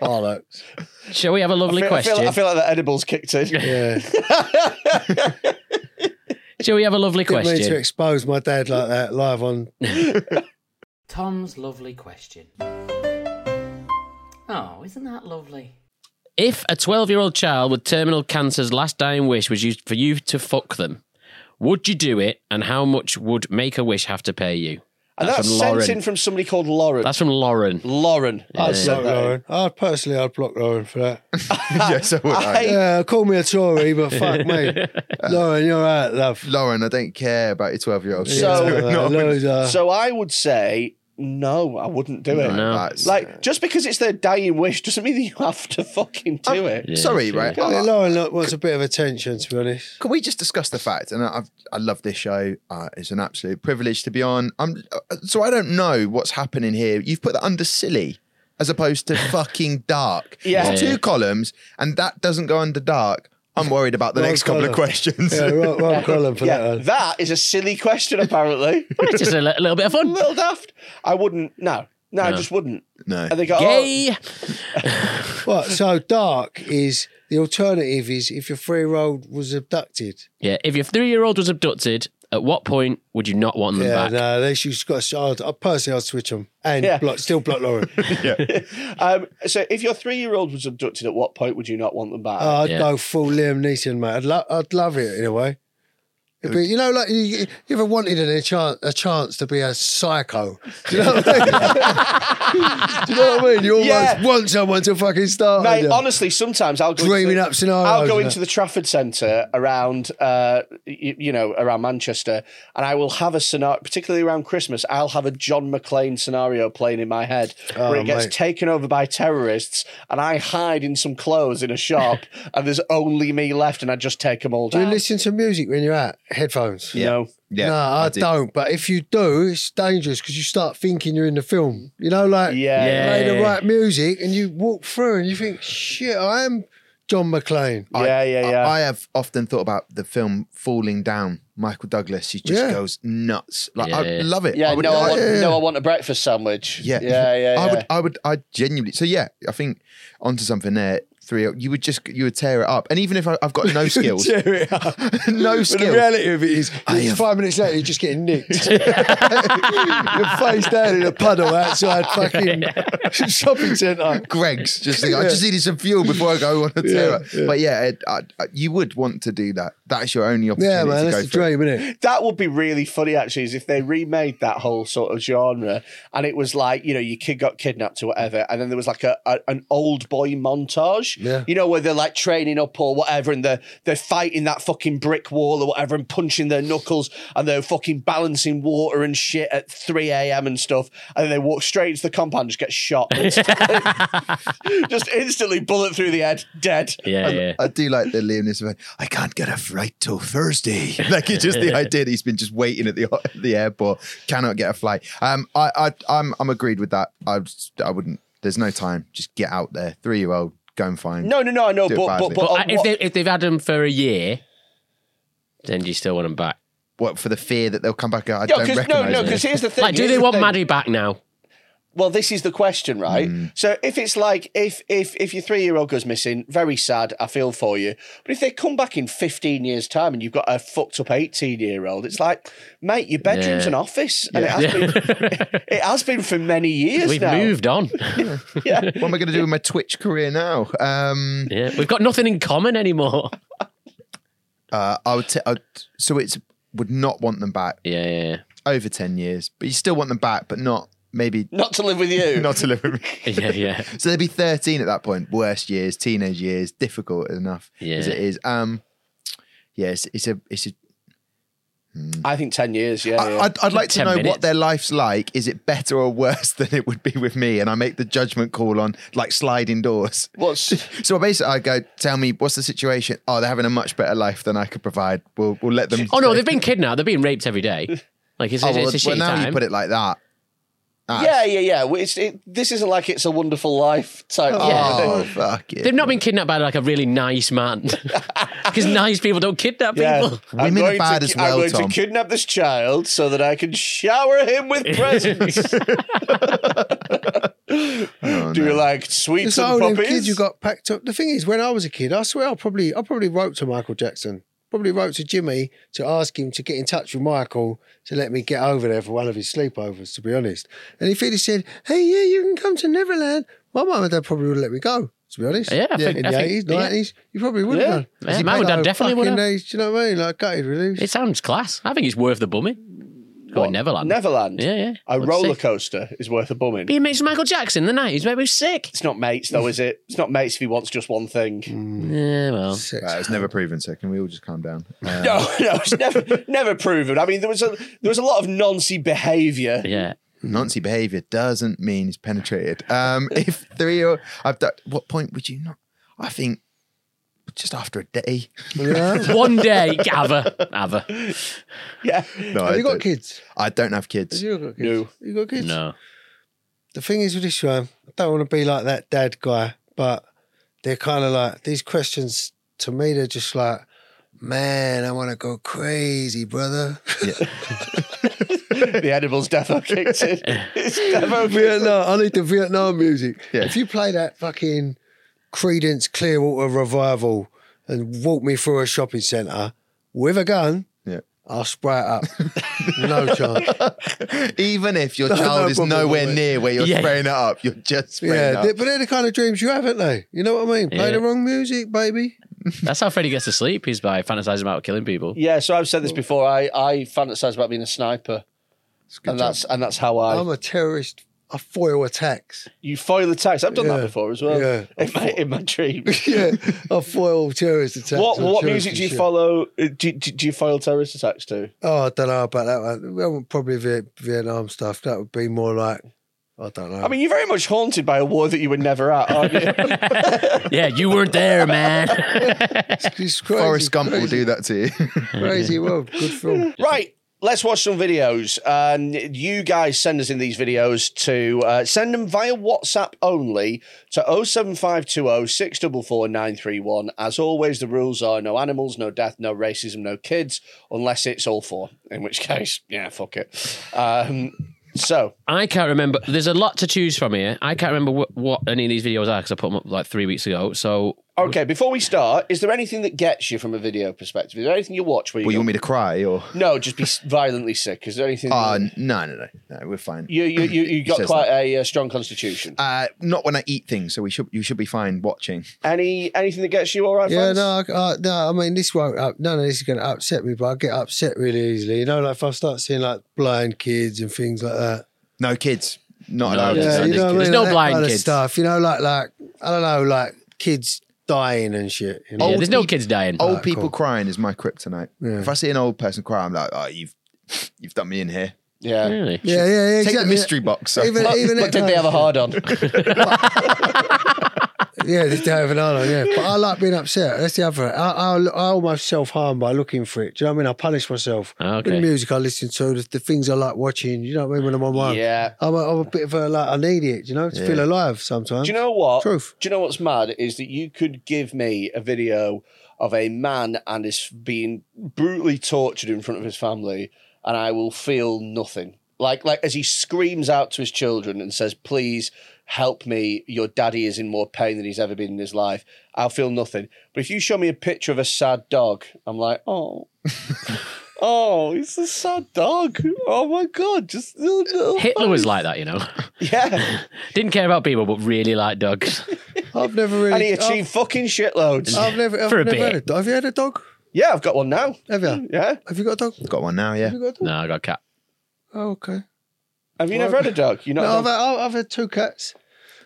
Bollocks.
Shall we have a lovely
I feel, I feel-
question?
I feel like the edibles kicked in.
Yeah.
Shall we have a lovely
Didn't mean to
question?
expose my dad like that live on.
Tom's lovely question. Oh, isn't that lovely?
If a 12 year old child with terminal cancer's last dying wish was used for you to fuck them, would you do it and how much would Make a Wish have to pay you?
And that's,
from
sent
Lauren.
in from somebody called Lauren.
That's from Lauren.
Lauren.
Yeah.
I
I'd block
sent that in.
Lauren. I Oh, personally, I'd block Lauren for that.
yes, I would. I-
I-
Yeah, call me a Tory, but fuck me, Uh, Lauren, you're right, love.
Lauren, I don't care about your 12 year old.
So-
Yeah, uh, loser.
So I would say no, I wouldn't do it.
No.
Like just because it's their dying wish doesn't mean that you have to fucking do it.
sorry,
sure.
right?
Yeah, Lauren look, wants a bit of attention, to be honest.
Can we just discuss the fact? And I, I've, I love this show. Uh, it's an absolute privilege to be on. I'm, uh, so I don't know what's happening here. You've put that under silly as opposed to fucking dark.
Yeah.
There's
Yeah.
two columns, and that doesn't go under dark. I'm worried about the
Wrong
next couple of
column.
questions.
Yeah, wrong, wrong column for that.
Yeah,
One.
that is a silly question. Apparently,
It's just a li- little bit of
a
fun.
little daft. I wouldn't. No, no, I just wouldn't.
No.
And they go, oh,
Yay!
What? So dark is the alternative is if your three-year-old was abducted.
Yeah, if your three year old was abducted, at what point would you not want them
yeah,
back?
no, they should got. So I'd, I personally, I'd switch them and
Yeah.
block, still block Lauren.
Um, so if your three-year-old was abducted, at what point would you not want them back?
Oh, I'd
Yeah.
go full Liam Neeson, mate. I'd, lo- I'd love it in a way. It'd be, you know, like you, you ever wanted a chance, a chance to be a psycho? Do you know what I mean? Do you know what I mean? You almost
Yeah.
want someone to fucking start.
Mate,
on you.
honestly, sometimes I'll go
Dreaming
into,
up scenarios
I'll go
and
into
that.
the Trafford Centre around, uh, you, you know, around Manchester, and I will have a scenario, particularly around Christmas. I'll have a John McClane scenario playing in my head where it gets
Oh, mate.
taken over by terrorists, and I hide in some clothes in a shop, and there's only me left, and I just take them all
Do you
down.
listen to music when you're out? Headphones?
You know,
Yeah,
no, I,
I do.
don't. But if you do, it's dangerous because you start thinking you're in the film. You know, like
Yeah.
you play the
Yeah.
right music and you walk through and you think, shit, I am John McClane.
yeah, yeah, yeah.
I, I have often thought about the film Falling Down, Michael Douglas. He just
Yeah.
goes nuts. Like I
Yeah.
love it.
yeah,
I would
no, I
like
want,
it.
no, I want a breakfast sandwich.
Yeah,
yeah, yeah.
I
yeah.
would, I would, I genuinely. So yeah, I think onto something there. Three, you would just, you would tear it up. And even if I, I've got no skills,
Tear it up.
no
But the
skills.
reality of it is,
I
it's
have-
five minutes later, you're just getting nicked. you're face down in a puddle outside fucking shopping centre.
Greg's just like, I just needed some fuel before I go on a tear up. But yeah, it, I, I- you would want to do that. That's your only opportunity
Yeah, man,
to
that's
go
the
for it.
dream, isn't it?
That would be really funny, actually, is if they remade that whole sort of genre and it was like, you know, your kid got kidnapped or whatever, and then there was like a, a an old boy montage,
Yeah.
you know, where they're like training up or whatever and they're, they're fighting that fucking brick wall or whatever and punching their knuckles and they're fucking balancing water and shit at 3 a.m. and stuff. And then they walk straight into the compound and just get shot. just instantly bullet through the head, dead.
Yeah, yeah.
I do like the Liam Neeson. one, I can't get a flight till Thursday. Like it's just the idea that he's been just waiting at the at the airport, cannot get a flight. Um, I, I I'm I'm agreed with that. I was- I wouldn't. There's no time. Just get out there. Three year old, go and find.
No, no, no, I know,
Do it
but, but,
badly.
but,
But
on
I- if,
what-
they, if they've had them for a year, then do you still want them back?
What for the fear that they'll come back? I
Yeah,
don't
'cause-
recognize.
no, no,
it.
because here's the thing.
Like, do
here's
they
the
want
thing.
Maddie back now?
Well, this is the question, right? So if it's like if if if your three year old goes missing, very sad. I feel for you. But if they come back in fifteen years' time and you've got a fucked up eighteen year old, it's like, mate, your bedroom's
Yeah.
an office, and it has been it has been for many years
We've
now.
moved on.
Yeah.
what am I going to do with my Twitch career now? Um,
yeah, we've got nothing in common anymore.
uh, I would. T- I would so it's would not want them back
Yeah, yeah, yeah.
over ten years, but you still want them back, but not maybe
Not to live with you.
not to live with me.
yeah, yeah.
So they'd be 13 at that point. Worst years, teenage years, difficult enough
Yeah.
as it is. Um, yeah, it's, it's a, it's a,
I think 10 years, yeah.
I-
yeah.
I'd, I'd like to
10
know
minutes.
what their life's like. Is it better or worse than it would be with me? And I make the judgment call on like sliding doors.
What's.
So basically, I go, tell me what's the situation? Oh, they're having a much better life than I could provide. We'll we'll let them.
Oh no, they've been kidnapped. They're being raped every day. Like it's,
Oh,
it's,
well,
it's a
well,
shitty
now
time.
you put it like that. Ah,
Yeah, yeah, yeah. Well, It's, it, this isn't like it's a wonderful life type.
Oh,
thing.
fuck it.
They've not been kidnapped by like a really nice man because nice people don't kidnap people.
I'm
Women are
going to
bad
ki-
as well,
I'm going
Tom.
to kidnap this child so that I can shower him with presents.
Oh,
Do you like sweets
It's
and
all them
puppies?
kids you got packed up. The thing is, when I was a kid, I swear I probably I probably wrote to Michael Jackson, probably wrote to Jimmy to ask him to get in touch with Michael to let me get over there for one of his sleepovers. To be honest, and if he'd said, "Hey, yeah, you can come to Neverland," my mum and dad probably would have let me go. To be honest,
Yeah, I think-
in
I
the
think-
eighties,
yeah.
nineties, you probably would have
Yeah.
done.
Yeah, mum and dad definitely would have.
Days, do you know what I mean? Like gutted, really.
It sounds class. I think it's worth the bumming. Going Neverland.
Neverland.
Yeah, yeah.
A
That's
roller
sick.
coaster is worth a bumming.
Being mates with Michael Jackson in the nineties, maybe was sick.
It's not mates though, is it? It's not mates if he wants just one thing.
Mm.
Yeah, well,
Uh, it's never proven. So can we all just calm down? Uh,
No, no, it's never never proven. I mean, there was a there was a lot of noncy behaviour.
yeah.
Nancy behavior doesn't mean he's penetrated. Um, if three or I've done, what point would you not? I think just after a day.
One day, Ava, Ava.
Yeah.
No,
have
I
you got
don't-
kids?
I don't have
Have
kids.
you got kids?
No.
You got kids?
No,
the thing is with this one, I don't want to be like that dad guy, but they're kind of like these questions to me. They're just like, man, I want to go crazy, brother.
The edibles defo kicked in. It's defo kicked in.
Vietnam, I need the Vietnam music. If you play that fucking Credence Clearwater Revival and walk me through a shopping centre with a gun,
Yeah.
I'll spray it up. no chance.
Even if your
No,
child
no
is
problem,
nowhere
no way.
near where you're
Yeah.
spraying it up, you're just spraying
Yeah,
it up.
they- but they're the kind of dreams you have, aren't they? You know what I mean? Play
Yeah.
the wrong music, baby.
that's how Freddy gets to sleep. Is by fantasizing about killing people.
Yeah, so I've said this before. I, I fantasize about being a sniper. and that's and that's how I
I'm a terrorist. I foil attacks.
you foil attacks. I've done that
Yeah.
before as well.
Yeah.
In my, in my dreams.
yeah, I foil terrorist attacks.
What
on
what
terrorists
music
and
do you
shit.
follow? uh, Do, do, do you foil terrorist attacks to?
Oh, I don't know about that one. Well, probably Viet- Vietnam stuff. That would be more like I don't know.
I mean, you're very much haunted by a war that you were never at, aren't you?
Yeah, you weren't there, man.
it's crazy,
Forrest Gump
crazy,
will do that to you.
Crazy world, good film.
Right. Let's watch some videos. Um, you guys send us in these videos to uh, send them via WhatsApp only to 07520 644 931. As always, the rules are no animals, no death, no racism, no kids, unless it's all four, in which case, yeah, fuck it. Um, so,
I can't remember. There's a lot to choose from here. I can't remember what, what any of these videos are because I put them up like three weeks ago. So
okay, before we start, is there anything that gets you from a video perspective? Is there anything you watch where you,
well, you
go,
want me to cry or?
no, just be s- violently sick? Is there anything?
Oh,
that-
no, no, no, no. We're fine.
you, you, you, you got
says
quite
that?
a uh, strong constitution.
Uh, not when I eat things, so we should you should be fine watching.
Any anything that gets you all right?
Yeah,
friends?
no, I, I, no. I mean, this won't. Up, none of this is going to upset me, but I get upset really easily. You know, like if I start seeing like blind kids and things like that.
No kids, not
No,
allowed.
yeah,
to
you
do
know
this.
what I
Like
There's no
that
blind
kind of
kids.
stuff. You know, like like I don't know, like kids dying and shit. You know?
yeah, there's no kids dying.
Old
Alright,
people
Ah, cool.
crying is my kryptonite.
Yeah.
If I see an old person cry, I'm like, oh, you've you've done me in here.
Yeah.
Really?
yeah, yeah, yeah.
Take
Exactly.
the mystery box.
Even,
But,
even
but
that
did
kind
they
of
have a
shit.
hard on?
Yeah, they don't have an eye on, yeah. But I like being upset. That's the other. I, I, I almost self harm by looking for it. Do you know what I mean? I punish myself.
Okay.
The music I listen to, the, the things I like watching. You know what I mean? When I'm on my own.
Yeah.
I'm a, I'm a bit of a like, I need it, you know, to feel alive sometimes.
Do you know what?
Truth.
Do you know what's mad is that you could give me a video of a man and is being brutally tortured in front of his family, and I will feel nothing. Like like as he screams out to his children and says, "Please help me! Your daddy is in more pain than he's ever been in his life." I'll feel nothing. But if you show me a picture of a sad dog, I'm like, oh. Oh, it's a sad dog. Oh my god, just
Hitler was like that, you know.
yeah.
Didn't care about people, but really liked dogs.
I've never really.
And he achieved fucking shitloads.
I've, I've never. I've
For a
never
bit.
had a dog. Have you had a dog?
Yeah, I've got one now.
Have you?
Yeah.
Have you got a dog?
Got one now, yeah.
Have you got a dog?
No, I got a cat.
Oh, okay.
Have you never had a dog? You know,
No, I've had, I've I've had two cats,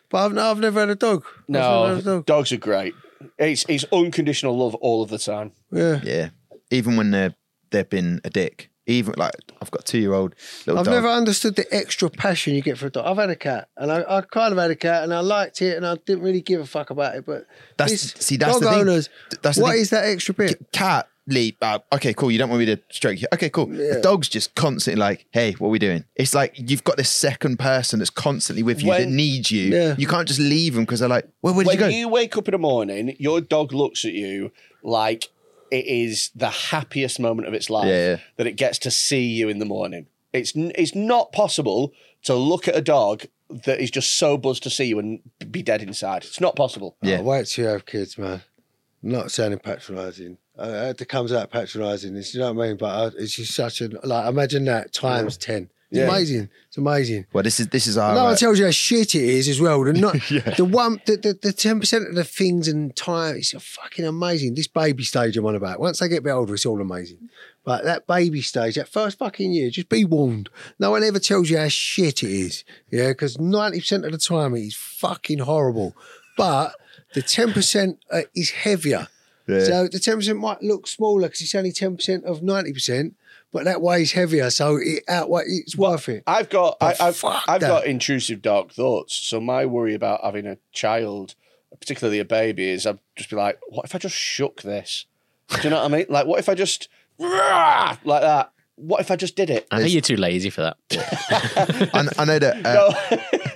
but I've, no, I've never had a dog. I've never had a dog.
dogs are great. It's it's unconditional love all of the time.
Yeah.
Yeah. Even when they're, they've been a dick. Even like I've got a two year old little
I've
dog.
never understood the extra passion you get for a dog. I've had a cat, and I, I kind of had a cat, and I liked it, and I didn't really give a fuck about it. But
That's-
this
see, that's
dog
the thing.
owners.
Th- that's the
what
thing.
is that extra
C-
bit?
cat leap. Uh, okay, cool. You don't want me to stroke you. Okay, cool. The dog's just constantly like, hey, what are we doing? It's like you've got this second person that's constantly with you that
When-
needs you.
Yeah.
You can't just leave them because they're like, well, where did
when
you go?
wake up in the morning, your dog looks at you like it is the happiest moment of its life
Yeah, yeah.
that it gets to see you in the morning. It's n- it's not possible to look at a dog that is just so buzzed to see you and be dead inside. It's not possible.
Yeah.
Oh, wait till you have kids, man. Not sounding patronising. Uh, It comes out patronising. It's you know what I mean. But uh, it's just such an like. Imagine that times ten. It's
Yeah.
amazing. It's amazing.
Well, this is this is our
no one
uh,
tells you how shit it is as well. The not the one the the- the ten percent of the things and time it's fucking amazing. This baby stage I'm on about. Once they get a bit older, it's all amazing. But that baby stage, that first fucking year, just be warned. No one ever tells you how shit it is. Yeah, because ninety percent of the time it is fucking horrible. But the ten percent uh, is heavier. So the ten percent might look smaller because it's only ten percent of ninety percent, but that weighs heavier, so it outweighs. It's worth it.
I've got I,
But
I've
fuck
I've
that.
got intrusive dark thoughts. So my worry about having a child, particularly a baby, is I'd just be like, what if I just shook this? Do you know what I mean? Like, what if I just like that? What if I just did it?
I think you're too lazy for that.
I, I know that uh,
No. Oh,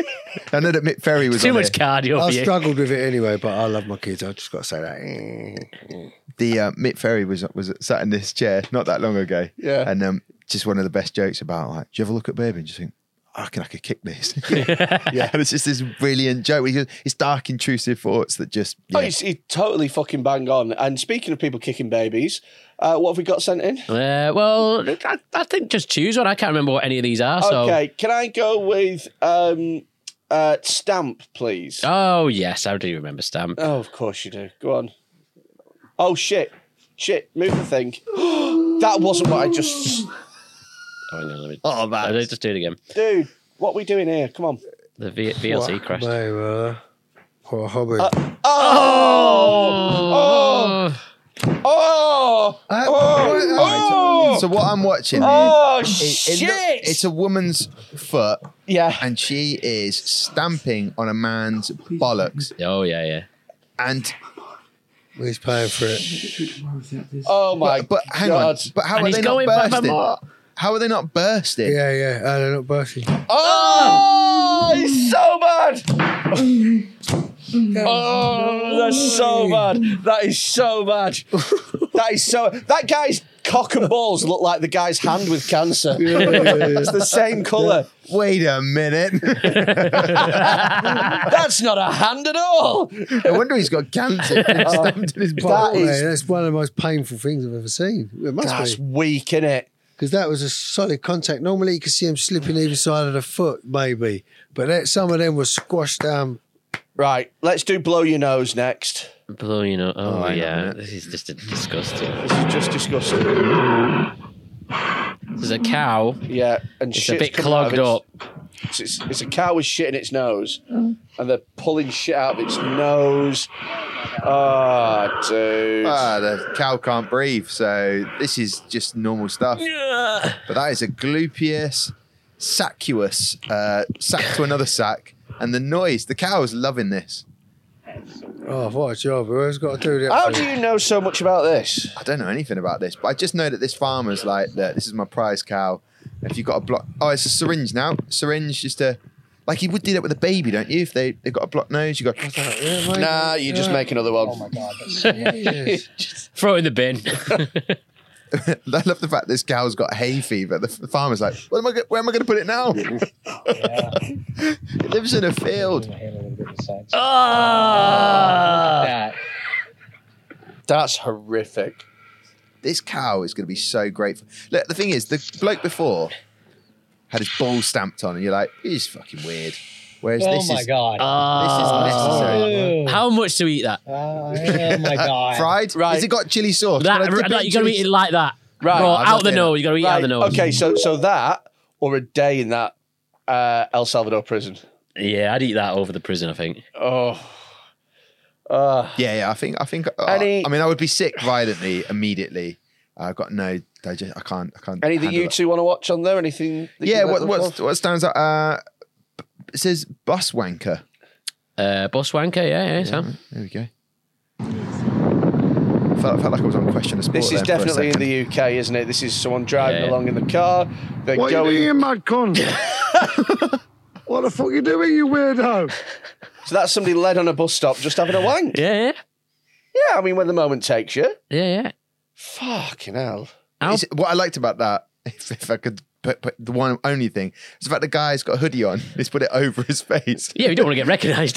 I know that Mick Ferry was
too
on
much
here.
cardio for
I
you.
struggled with it anyway, but I love my kids. I just got to say that.
the uh, Mick Ferry was was sat in this chair not that long ago.
Yeah.
and um, just one of the best jokes about like, do you ever look at baby and just think, I reckon I could kick this. yeah, and it's just this brilliant joke. It's it's dark, intrusive thoughts that just yeah.
Oh, he's, he's totally fucking bang on. And speaking of people kicking babies, uh, what have we got sent in?
Uh, well, I, I think just choose one. I can't remember what any of these are. So.
Okay, can I go with um, uh, Stamp, please?
Oh yes, I do remember Stamp.
Oh, of course you do. Go on. Oh shit! Shit! Move the thing. that wasn't what I just.
Oh, hang on, let me,
Oh, man.
I'll just do it again.
Dude, what we doing here? Come on.
The v- VLC crashed.
Hey, brother. What a hobby.
Oh! Oh! Oh!
Uh,
Oh!
So what I'm watching,
Oh,
is- it- it look-
shit!
it's a woman's foot,
yeah.
and she is stamping on a man's bollocks,
Oh yeah, yeah.
and
He's paying for it.
Oh my
but, but hang
god.
on, but how
And
are
he's
they not
going back for more.
bursting? How are they not bursting?
Yeah, yeah. Oh, they're not bursting.
Oh, it's so bad. Oh, that's so bad. That is so bad. That is so. That guy's cock and balls look like the guy's hand with cancer. It's the same colour.
Wait a minute.
That's not a hand at all.
I wonder he's got cancer. It's stamped in his
That
bottle.
Mate,
is-
that's one of the most painful things I've ever seen. It must
That's
be.
weak, innit?
Because that was a solid contact. Normally you can see him slipping either side of the foot, maybe. But that, some of them were squashed down.
Right, let's do blow your nose next.
Blow, you know.
hang
Oh,
on a
yeah.
minute.
This is just a disgusting.
This is just disgusting.
There's a cow.
Yeah, and
It's a
shit's
bit
coming out of
clogged up.
its- It's, it's, it's a cow with shit in its nose, and they're pulling shit out of its nose. Ah, dude.
Ah, the cow can't breathe, so this is just normal stuff. But that is a glupeus saccuus, uh, sack to another sack, and the noise. The cow is loving this.
Oh, what a job. Who's got to do that?
How
for
do
you?
you know so much about this?
I don't know anything about this, but I just know that this farmer's like, look, this is my prize cow. If you've got a block, oh, it's a syringe now. Syringe, just a like you would do that with a baby, don't you? If they they have got a blocked nose, you got
Yeah, mate.
Nah, you just make another one. Oh my god.
Jesus.
Throw it in the bin.
I love the fact this gal's got hay fever. The f- farmer's like, what am I? go- Where am I going to put it now? it lives in a field.
That's horrific.
This cow is going to be so grateful. Look, the thing is, the bloke before had his ball stamped on, and you're like, he's fucking weird. Whereas this is
god.
this is necessary.
How much to eat that?
oh my god.
Fried?
Right.
Has it got chili sauce? Can
That,
I dip
that-
it in
you gotta
chili
eat it like that.
Right,
Or
I'm
out
not
the
doing
nose. You gotta eat it out the nose.
Okay, so so that or a day in that uh, El Salvador prison.
Yeah, I'd eat that over the prison. I think.
Oh. Uh, Ah.
Yeah, yeah. I think uh, I think.
Any-
I mean, I would be sick violently immediately, Uh, I've got no digest. I can't. I can't.
Any that
handle
you
it.
two want to watch on there? Anything? that you
Yeah.
like
What
to
what
watch?
what stands out? Uh, it says bus wanker.
Uh, bus wanker. Yeah, yeah, Sam.
There we go. Felt, felt like I was on question of sport.
This is
then for a
definitely in
second.
the UK, isn't it? This is someone driving
Yeah.
along in the car. They're
What are you
going.
doing,
mad con? what the fuck are you doing, you weirdo? So that's somebody led on a bus stop just having a wank.
Yeah, yeah.
Yeah, I mean, when the moment takes you.
Yeah, yeah.
Fucking hell.
It's- what I liked about that, if, if I could put, put the one only thing, is the fact the guy's got a hoodie on. He's put it over his face.
Yeah, you don't want to get recognised,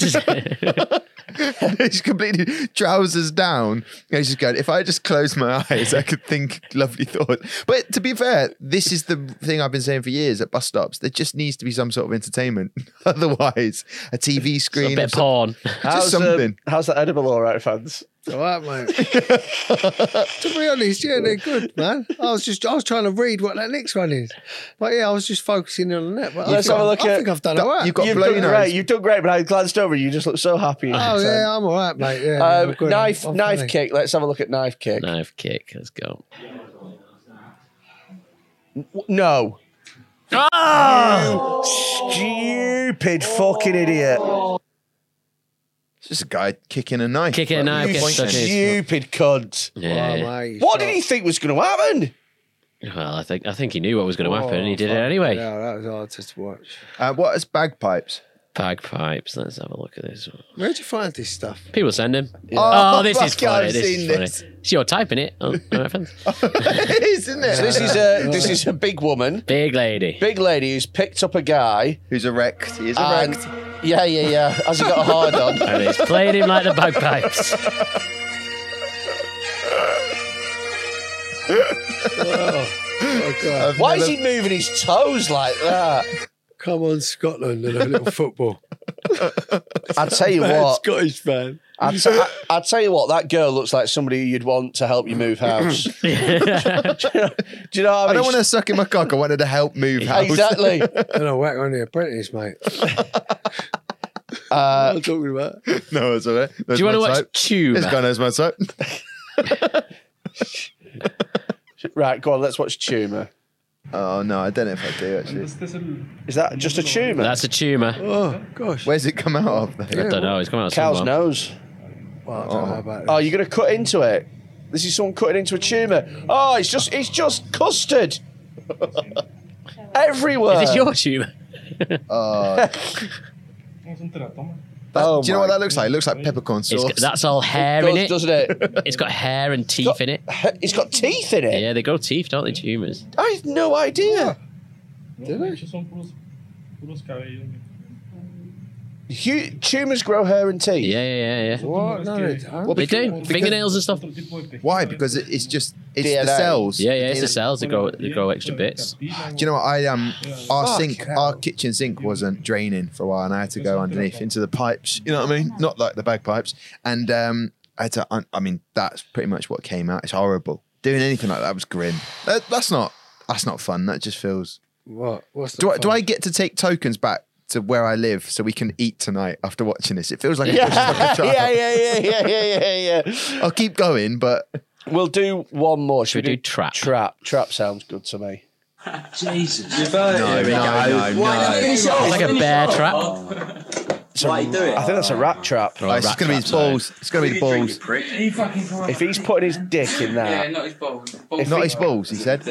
does it?
he's completely trousers down. And he's just going, if I just close my eyes, I could think lovely thoughts. But to be fair, this is the thing I've been saying for years at bus stops. There just needs to be some sort of entertainment. Otherwise, a TV screen.
bit
or
of
some-
porn.
Just
How's, uh,
something.
how's that edible, all right, fans?
All right, mate. to be honest, yeah, they're good, man. I was just, I was trying to read what that next one is, but yeah, I was just focusing on that. But I
Let's
think
have a look
I,
at.
I think I've done all right.
done great. You've done great, but I glanced over. You just look so happy.
Oh yeah, I'm all right, mate. Yeah,
Um,
I'm good.
knife,
I'm
knife
funny.
kick. Let's have a look at knife kick.
Knife kick. Let's go.
No.
Ah!
Oh, stupid fucking idiot!
It's just a guy kicking a knife.
Kicking a knife,
You
getting stuck in.
stupid cunt!
Yeah.
What did he think was going to happen?
Well, I think I think he knew what was going to happen, and he did it
fuck.
anyway.
Yeah, Oh, that was hard to watch.
Uh, what is bagpipes?
Bagpipes. Let's have a look at this one.
Where'd you find this stuff?
People send him.
Oh,
Oh, this is
fuck, I've
funny. this
seen
is funny.
this.
So you're typing it. Oh, all right, friends.
it is, isn't it?
So this is a this is a big woman,
Big lady.
big lady who's picked up a guy.
Who's erect? He is
And
erect.
yeah, yeah, yeah. Has he got a hard on?
And he's playing him like the bagpipes.
Why is he moving his toes like that?
Come on, Scotland and a little football.
I tell you
Bad
what.
Scottish fan.
I t- I, I tell you what, that girl looks like somebody you'd want to help you move house. do, you know, do you know what
I
I mean?
don't want to suck in my cock. I wanted to help move house.
Exactly.
And I whack on the apprentice, mate.
Uh,
What I'm talking about.
no, it's all right.
Do you want to watch Tube?
This guy knows my type.
right, go on, let's watch Tumor.
Oh no, I don't know if I do actually.
Is that just a tumor?
That's a tumour.
Oh gosh.
Where's it come out of? Though?
I don't know. He's coming out
Cow's
somewhere.
nose.
Well, I don't know about
Oh, you're going to cut into it? This is someone cutting into a tumor. Oh, it's just it's just custard. Everywhere.
Is this your tumour?
That-
Oh,
do you know what
my-
that looks like? It looks like peppercorn
It's
sauce.
got, that's all hair in
Does,
it.
doesn't it?
It's got hair and teeth in it.
It's got teeth in it.
Yeah, they grow teeth, don't they? Tumours.
I had no idea. Hu- tumors grow hair and teeth.
Yeah, yeah, yeah, yeah.
What? No, they don't.
Well,
They
because-
do fingernails and stuff.
Why? Because it, it's just it's the
DNA.
cells.
Yeah, yeah, it's
DNA.
the cells that grow that grow extra bits.
Do you know what I um our sink our kitchen sink wasn't draining for a while and I had to go underneath into the pipes. You know what I mean? Not like the bagpipes. And um I had to un- I mean that's pretty much what came out. It's horrible. Doing anything like that was grim. That, that's not that's not fun. That just feels
What? What's
Do
the
I, do I get to take tokens back to where I live so we can eat tonight after watching this? It feels like, yeah.
yeah,
a child.
yeah, yeah, yeah, yeah, yeah, yeah.
I'll keep going, but
We'll do one more.
Should
Should,
we do trap?
Trap. Trap sounds good to me.
Jesus.
no, no, no.
Like a bear trap.
Why you do it?
I think that's a rat trap.
Oh, it's just gonna be his balls. It's gonna be the balls.
If he's putting his dick in that,
not his balls.
Not his balls, he said.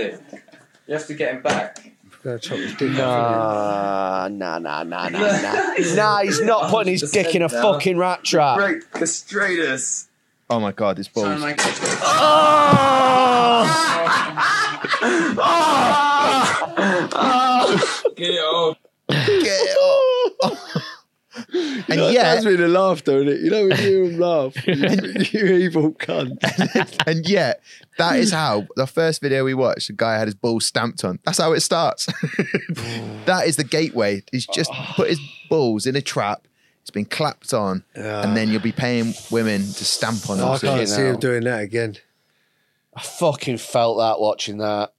You have to get him back.
Gonna chop his dick off,
nah, nah, nah, nah, nah, nah. nah, he's not putting his dick in a fucking rat trap.
Break the straightest.
Oh my god, his balls.
Get it off.
And
That's
yet,
really the laughter, is it? You know, when you hear him laugh, you, you evil cunt.
and yet, that is how the first video we watched, the guy had his balls stamped on. That's how it starts. that is the gateway. He's just put his balls in a trap. It's been clapped on, and then you'll be paying women to stamp on
Oh, I
them.
can't
you
see
know.
him doing that again.
I fucking felt that watching that.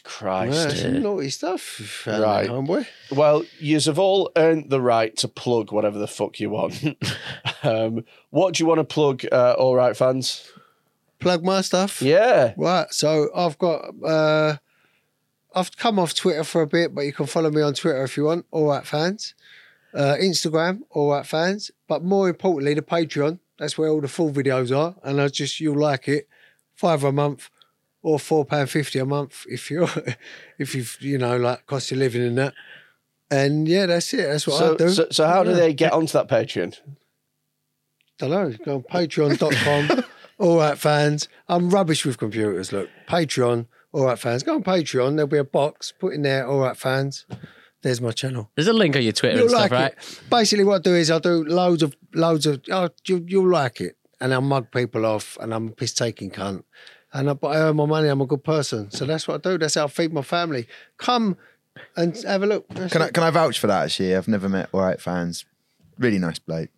That's
Christ.
some naughty stuff,
Right.
right, homeboy.
Well, yous have all earned the right to plug whatever the fuck you want. um, what do you want to plug, uh, all right, fans?
plug my stuff?
Yeah.
Right. So I've got. Uh, I've come off Twitter for a bit, but you can follow me on Twitter if you want. All right, fans. Uh, Instagram. All right, fans. But more importantly, the Patreon. That's where all the full videos are, and I just you'll like it. Five a month, or four pound fifty a month if you're if you've you know like cost your living and that. And yeah, that's it. That's what
so,
I do.
so, so how do
Yeah.
they get onto that Patreon?
don't know. Go on patreon.com. all right, fans. I'm rubbish with computers. Look, Patreon. All right, fans. Go on Patreon. There'll be a box. Put in there. All right, fans. There's my channel.
There's a link on your Twitter and stuff, right?
it. Basically, what I do is I do loads of loads of. Oh, you, you'll like it, and I mug people off, and I'm a piss taking cunt, and I, but I earn my money. I'm a good person, so that's what I do. That's how I feed my family. Come and have a look. That's
Can I
it.
can I vouch for that? Actually, I've never met all right fans. Really nice bloke.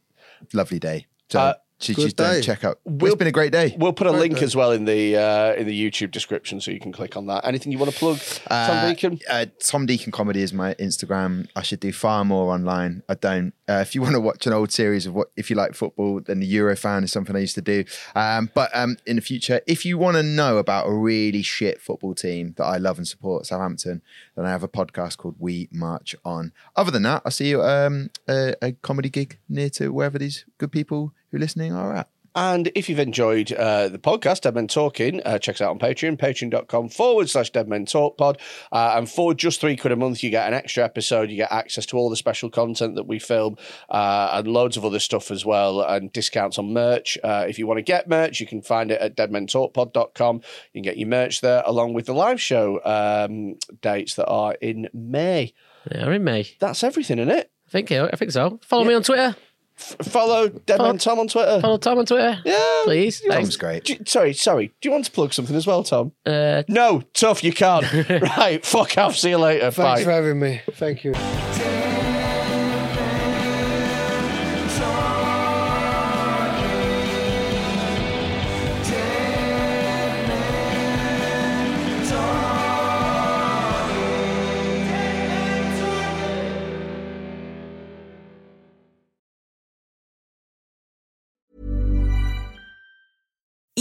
Lovely day. So
Uh,
she,
good
she's done
day.
check out.
We'll-
it's been a great day.
We'll put a
Right
link
then.
as well in the uh, in the YouTube description, so you can click on that. Anything you want to plug, Tom Deacon?
Uh, Tom Deacon Comedy is my Instagram. I should do far more online. I don't. Uh, if you want to watch an old series of what, if you like football, then the Eurofan is something I used to do. Um, but um, in the future, if you want to know about a really shit football team that I love and support, Southampton, then I have a podcast called We March On. Other than that, I'll see you at um, a, a comedy gig near to wherever these good people who are listening are at.
And if you've enjoyed uh, the podcast, Dead Men Talking, uh, check us out on Patreon, patreon.com forward slash Dead Men Talk Pod. Uh, and for just three quid a month, you get an extra episode, you get access to all the special content that we film, uh, and loads of other stuff as well, and discounts on merch. Uh, if you want to get merch, you can find it at deadmentalkpod.com. You can get your merch there, along with the live show um, dates that are in May.
Yeah, we're in May. I
That's everything, isn't it?
think, I think so. Follow me on Twitter.
Follow Dead
Follow-
Men Tom on Twitter.
Follow Tom on Twitter.
Yeah.
Please.
Tom's
Thanks.
great.
Do you- sorry, sorry. Do you want to plug something as well, Tom?
Uh,
No, tough, you can't. right, fuck off. See you later.
Thanks
Bye.
for having me. Thank you.